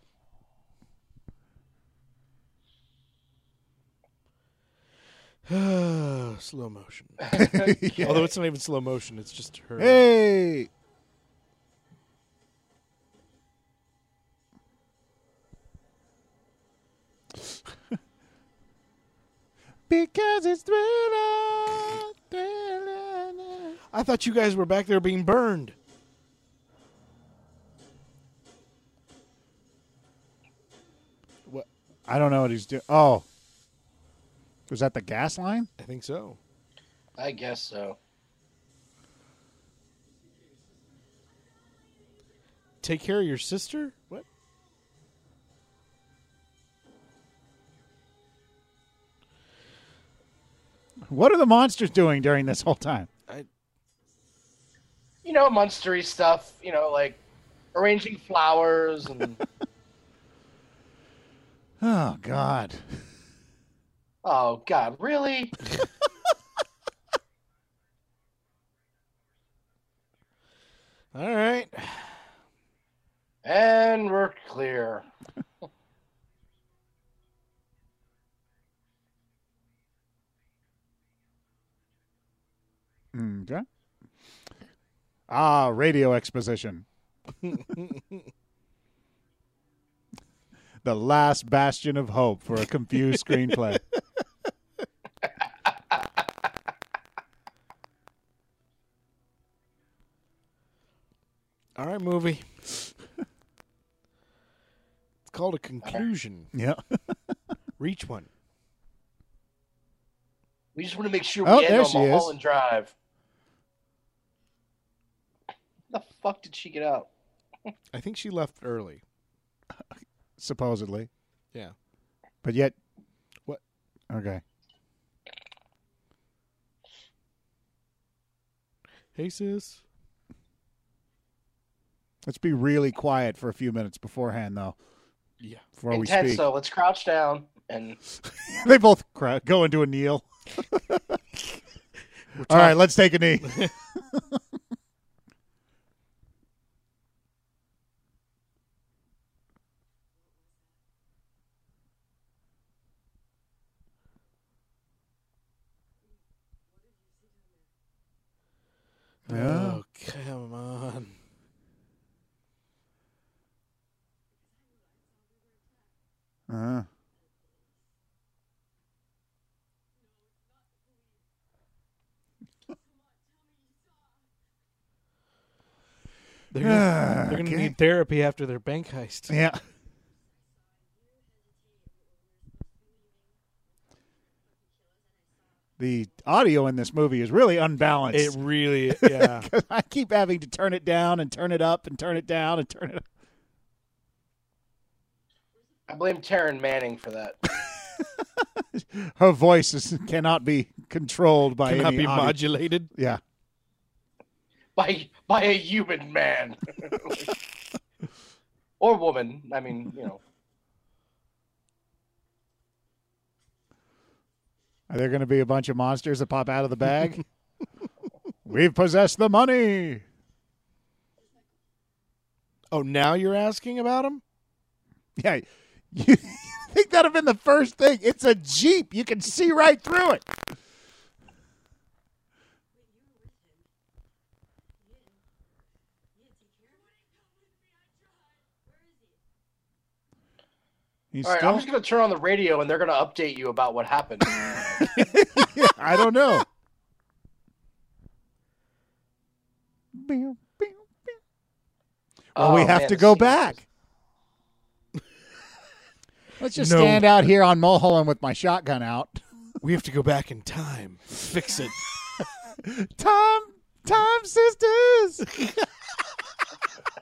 slow motion. Although it's not even slow motion; it's just her.
Hey. because it's thriller, thriller.
I thought you guys were back there being burned. What?
I don't know what he's doing. Oh. Was that the gas line?
I think so.
I guess so.
Take care of your sister. What?
What are the monsters doing during this whole time?
I
You know, monstery stuff. You know, like arranging flowers and
Oh, God.
oh god, really?
all right.
And we're clear.
Okay. Ah, radio exposition. the last bastion of hope for a confused screenplay.
All right, movie. it's called a conclusion.
Yeah.
Reach one.
We just want to make sure
Oh,
we end
there
on
she is.
Mulholland Drive. How the fuck did she get out?
I think she left early.
Supposedly.
Yeah.
But yet.
What?
Okay.
Hey, sis.
Let's be really quiet for a few minutes beforehand, though,
Yeah.
before we
Intense
speak.
though. Let's crouch down and
They both cr- go into a kneel. All right, let's take a knee. Yeah.
Oh, come on.
Uh-huh.
They're gonna,
Ah,
they're gonna
okay.
need therapy after their bank heist.
Yeah. The audio in this movie is really
It
unbalanced.
really, yeah.
'Cause I keep having to turn it down and turn it up and turn it down and turn it up.
I blame Taryn Manning for that.
Her voice is, cannot be controlled by
Cannot
any
be
audio.
modulated.
Yeah.
by by a human man or woman. I mean, you know,
Are there going to be a bunch of monsters that pop out of the bag? We've possessed the money.
Oh, now you're asking about him?
Yeah, you think that'd have been the first thing? It's a jeep. You can see right through it. He's
all right.
still-
I'm just gonna turn on the radio and they're gonna update you about what happened.
Yeah, I don't know. Well, we
Oh,
have
man,
to
the
go
scene is
back.
just-
Let's just
No.
stand out here on Mulholland with my shotgun out.
We have to go back in time. Fix it.
Tom, Tom sisters.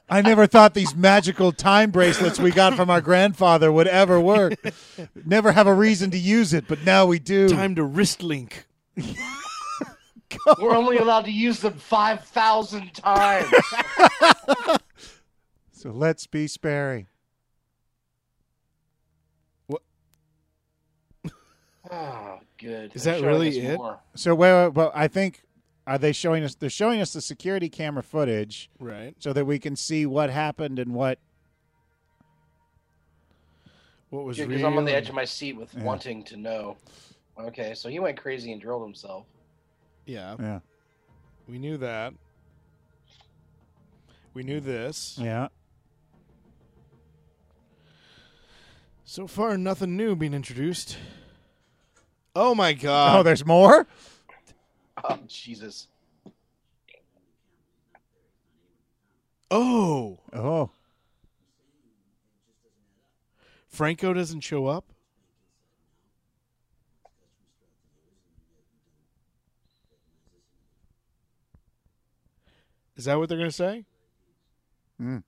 I never thought these magical time bracelets we got from our grandfather would ever work. Never have a reason to use it, but now we do.
time to wrist link.
We're only allowed to use them five thousand times.
So let's be sparing.
oh, good.
Is
They're
that
showing
really
us
it?
more.
So well, well, I think are they showing us? They're showing us the security camera footage
Right.
so that we can see what happened and what.
What was
Yeah, because
real?
I'm on the edge of my seat with
Yeah.
wanting to know. Okay, so he went crazy and drilled himself.
Yeah,
Yeah,
we knew that. We knew this.
yeah.
So far, nothing new being introduced. Oh my god!
Oh, there's more.
Oh Jesus!
oh,
Oh,
Franco doesn't show up. Is that what they're gonna say?
Mm.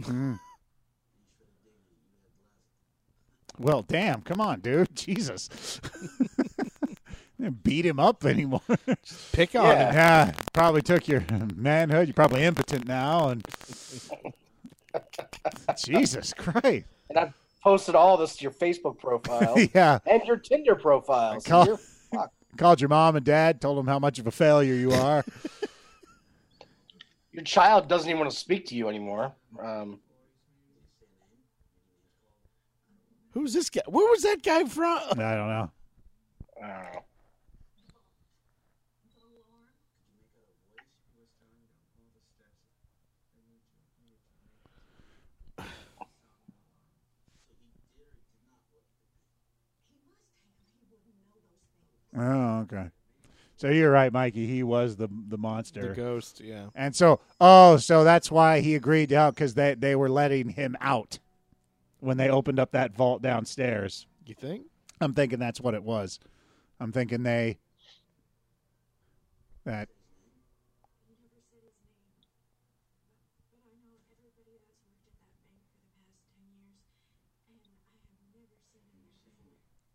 Mm. well, damn! Come on, dude. Jesus, beat him up anymore?
Pick on him.
yeah, probably took your manhood. You're probably impotent now, and Jesus Christ,
And I posted all this to your Facebook profile
yeah.
and your Tinder profile. So
Call-
you're fucked.
Called your mom and dad, told them how much of a failure you are.
Your child doesn't even want to speak to you anymore. Um,
Who's this guy? Where was that guy from?
I don't know.
I don't know.
Oh, okay. So you're right, Mikey. He was the the monster.
The ghost. Yeah.
and so, oh, so that's why he agreed to help because they they were letting him out when they opened up that vault downstairs.
You think?
I'm thinking that's what it was. I'm thinking they that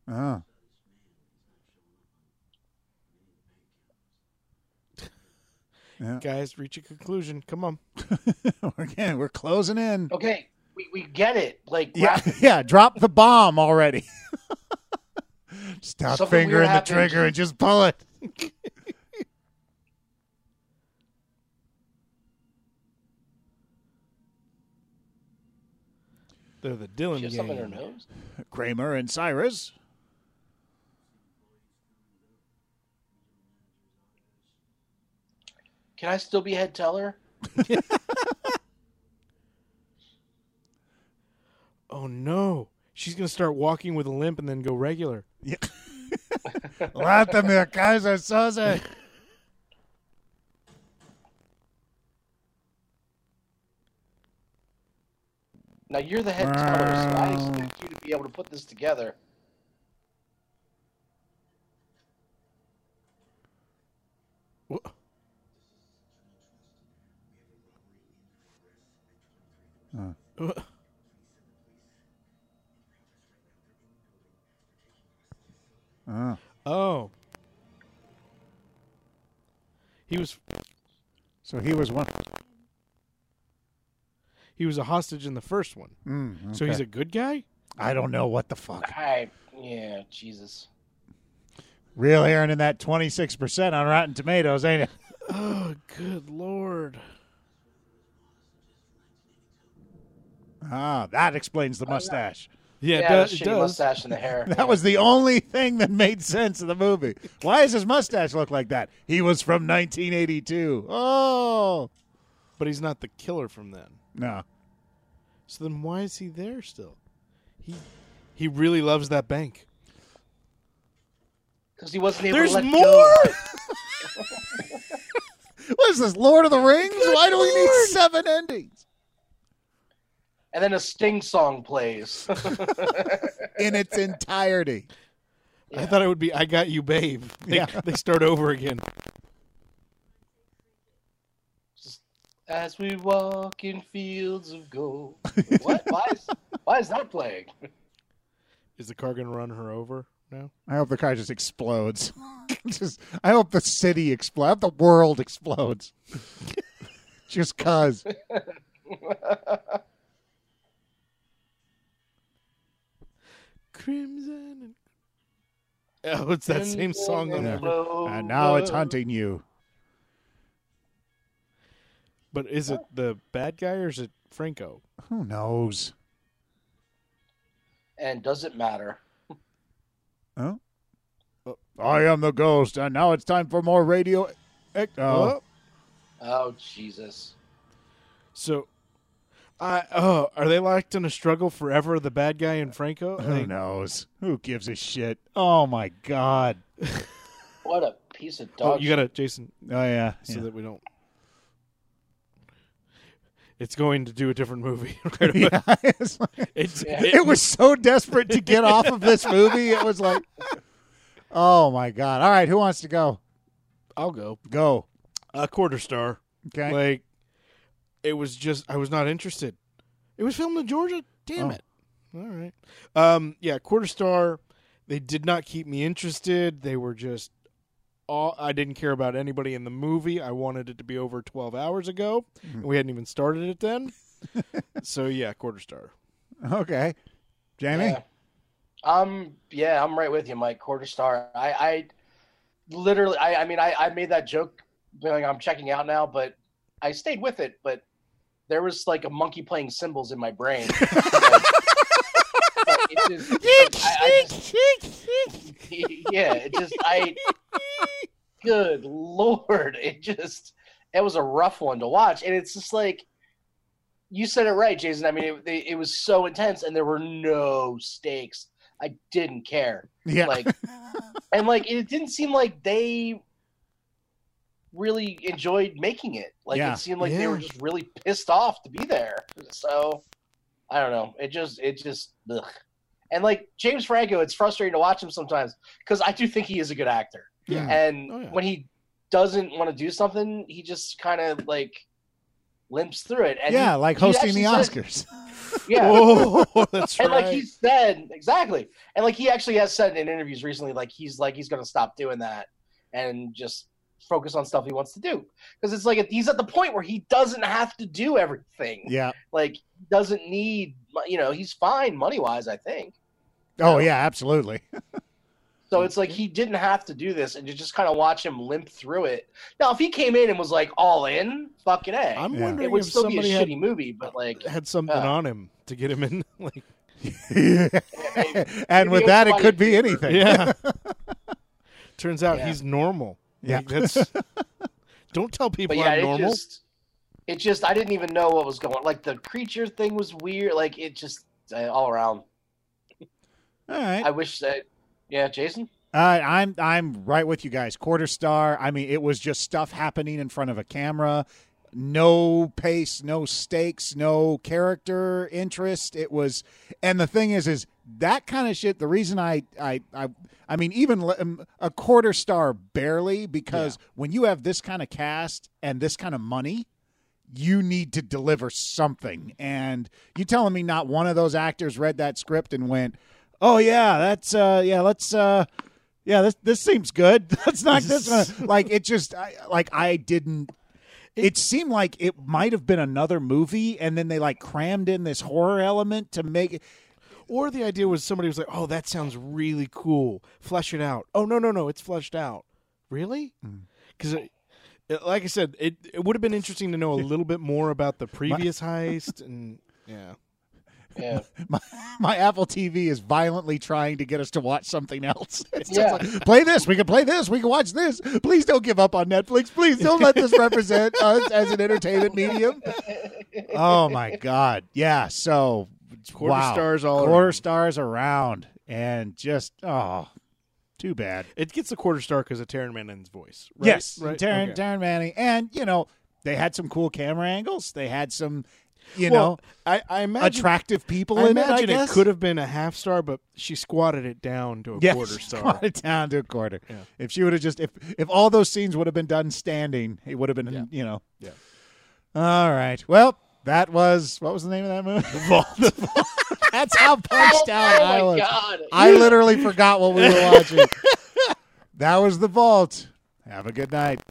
Oh. Yeah.
Guys, reach a conclusion. Come on.
Again, we're closing in.
Okay, we, we get it. Like
Yeah,
graphic-
yeah. Drop the bomb already. Stop
Something
fingering
weird
the
happened.
trigger and just pull it.
They're the Dylan
she has something in her
gang.
nose.
Kramer and Cyrus.
Can I still be head teller?
Oh no. She's gonna start walking with a limp and then go regular.
Yeah. Latimer Kaiser Soze.
Now you're the head teller, so I expect you to be able to put this together.
Wha- Wha- Oh. He was
So he was one.
he was a hostage in the first one.
Mm,
So he's
okay.
a good guy?
I don't know what the fuck.
I yeah, Jesus.
Really earning that 26% on Rotten Tomatoes, ain't it?
Oh, good lord.
Ah, that explains the mustache.
yeah,
Yeah, it
the
does. It
shitty
does.
mustache and the hair.
That was the only thing that made sense in the movie. Why does his mustache look like that? He was from 1982. Oh.
But he's not the killer from then.
No.
So then why is he there still? He he really loves that bank.
because he wasn't able
There's
to let
more.
go.
What is this, Lord of the Rings? Why do we need seven endings?
And then a Sting song plays.
In its entirety.
I thought it would be I got you babe. They,
Yeah.
they start over again.
As we walk in fields of gold. What? Why is, why is that playing?
Is the car going to run her over now?
I hope the car just explodes. just, I hope the city explodes. I hope the world explodes. just cause.
Crimson and Oh, it's that same song on
Yeah.
there.
And now it's hunting you.
But is it the bad guy or is it Franco?
Who knows?
And does it matter?
I am the ghost, and now it's time for more radio. ec- Oh,
Oh Jesus!
So I oh, are they locked in a struggle forever the bad guy and Franco?
who
Like,
knows? Who gives a shit? Oh my god!
What a piece of dog.
oh, you got to Jason
Oh yeah.
so
yeah.
that we don't it's going to do a different movie. right away.
Yeah, it's like-
It's,
it was so desperate to get off of this movie. It was like, oh my god! All right, who wants to go?
I'll go.
Go.
A quarter star.
Okay.
Like it was just I was not interested. It was filmed in Georgia. Damn
Oh.
it. All right. Um yeah, quarter star. They did not keep me interested. They were just all I didn't care about anybody in the movie. I wanted it to be over 12 hours ago.
Mm-hmm.
And we hadn't even started it then. so yeah, quarter star.
Okay. Jamie.
Yeah. Um. Yeah, I'm right with you, Mike. Quarter star. I. I literally. I. I mean, I. I made that joke. Going, I'm checking out now, but I stayed with it. But there was like a monkey playing cymbals in my brain. But it just- I- I just- yeah, it just I good lord. It just it was a rough one to watch. And it's just like you said it right, Jason. I mean it, it, it was so intense and there were no stakes. I didn't care.
Yeah.
Like and like it didn't seem like they really enjoyed making it. Like
Yeah.
it seemed like they
Yeah.
were just really pissed off to be there. So I don't know. It just it just ugh. and like James Franco, it's frustrating to watch him sometimes because I do think he is a good actor.
Hmm. Yeah.
And
Oh, yeah.
when he doesn't want to do something, he just kind of like limps through it. And he-
yeah, like
he
hosting the
actually
Oscars.
said- yeah,
Oh, that's
and
right.
like he said exactly and like he actually has said in interviews recently like he's like he's gonna stop doing that and just focus on stuff he wants to do because it's like he's at the point where he doesn't have to do everything
yeah.
like he doesn't need you know he's fine money wise i think
Oh yeah, absolutely.
so it's
Mm-hmm.
like he didn't have to do this and you just kind of watch him limp through it now if he came in and was like all in fucking a
I'm
Yeah.
it
wondering
would
if
still be a
somebody had,
shitty movie but like
had something
Yeah.
on him to get him in like
and with that, it could be anything.
Yeah. Turns out
Yeah.
he's normal.
Yeah.
Like, that's don't tell people
but yeah,
I'm
it
normal.
just it just I didn't even know what was going. Like the creature thing was weird. Like it just uh, all around.
All right.
I wish that. Yeah, Jason.
Uh, I'm I'm right with you guys. Quarter star. I mean, it was just stuff happening in front of a camera. No pace, no stakes, no character interest. It was, and the thing is, is that kind of shit. The reason I I I, I mean, even le- um, a quarter star barely because when you have this kind of cast and this kind of money, you need to deliver something. And you telling me not one of those actors read that script and went, "Oh yeah, that's uh yeah, let's uh yeah, this this seems good. That's not
This
this
is-
one. Like it just I, like I didn't. It, seemed like it might have been another movie, and then they like crammed in this horror element to make it.
Or the idea was somebody was like, "Oh, that sounds really cool. Flesh it out." Oh no, no, no, it's fleshed out. Really?
Mm.
Because, like I said, it it would have been interesting to know a little bit more about the previous heist and yeah.
Yeah.
My, my Apple TV is violently trying to get us to watch something else. It's just
Yeah.
like, play this. We can play this. We can watch this. Please don't give up on Netflix. Please don't let this represent us as an entertainment medium. Oh my God! Yeah. So
Quarter
wow.
stars all
quarter
around.
stars around, and just oh, too bad.
It gets a quarter star because of Taron Mannin's voice. Right?
Yes,
right.
Darren
Okay.
Darren Manning, and you know they had some cool camera angles. They had some, you
Well,
know,
I, I imagine
attractive people
I
in it. I
imagine it
guess.
could have been a half star, but she squatted it down to a
Yes,
quarter star.
brought it down to a quarter. If she would have just if if all those scenes would have been done standing, it would have been you know.
Yeah.
All right. Well, that was what was the name of that movie? The Vault. That's how punched out
oh
I
my
was.
god.
I literally forgot what we were watching. that was the Vault. Have a good night.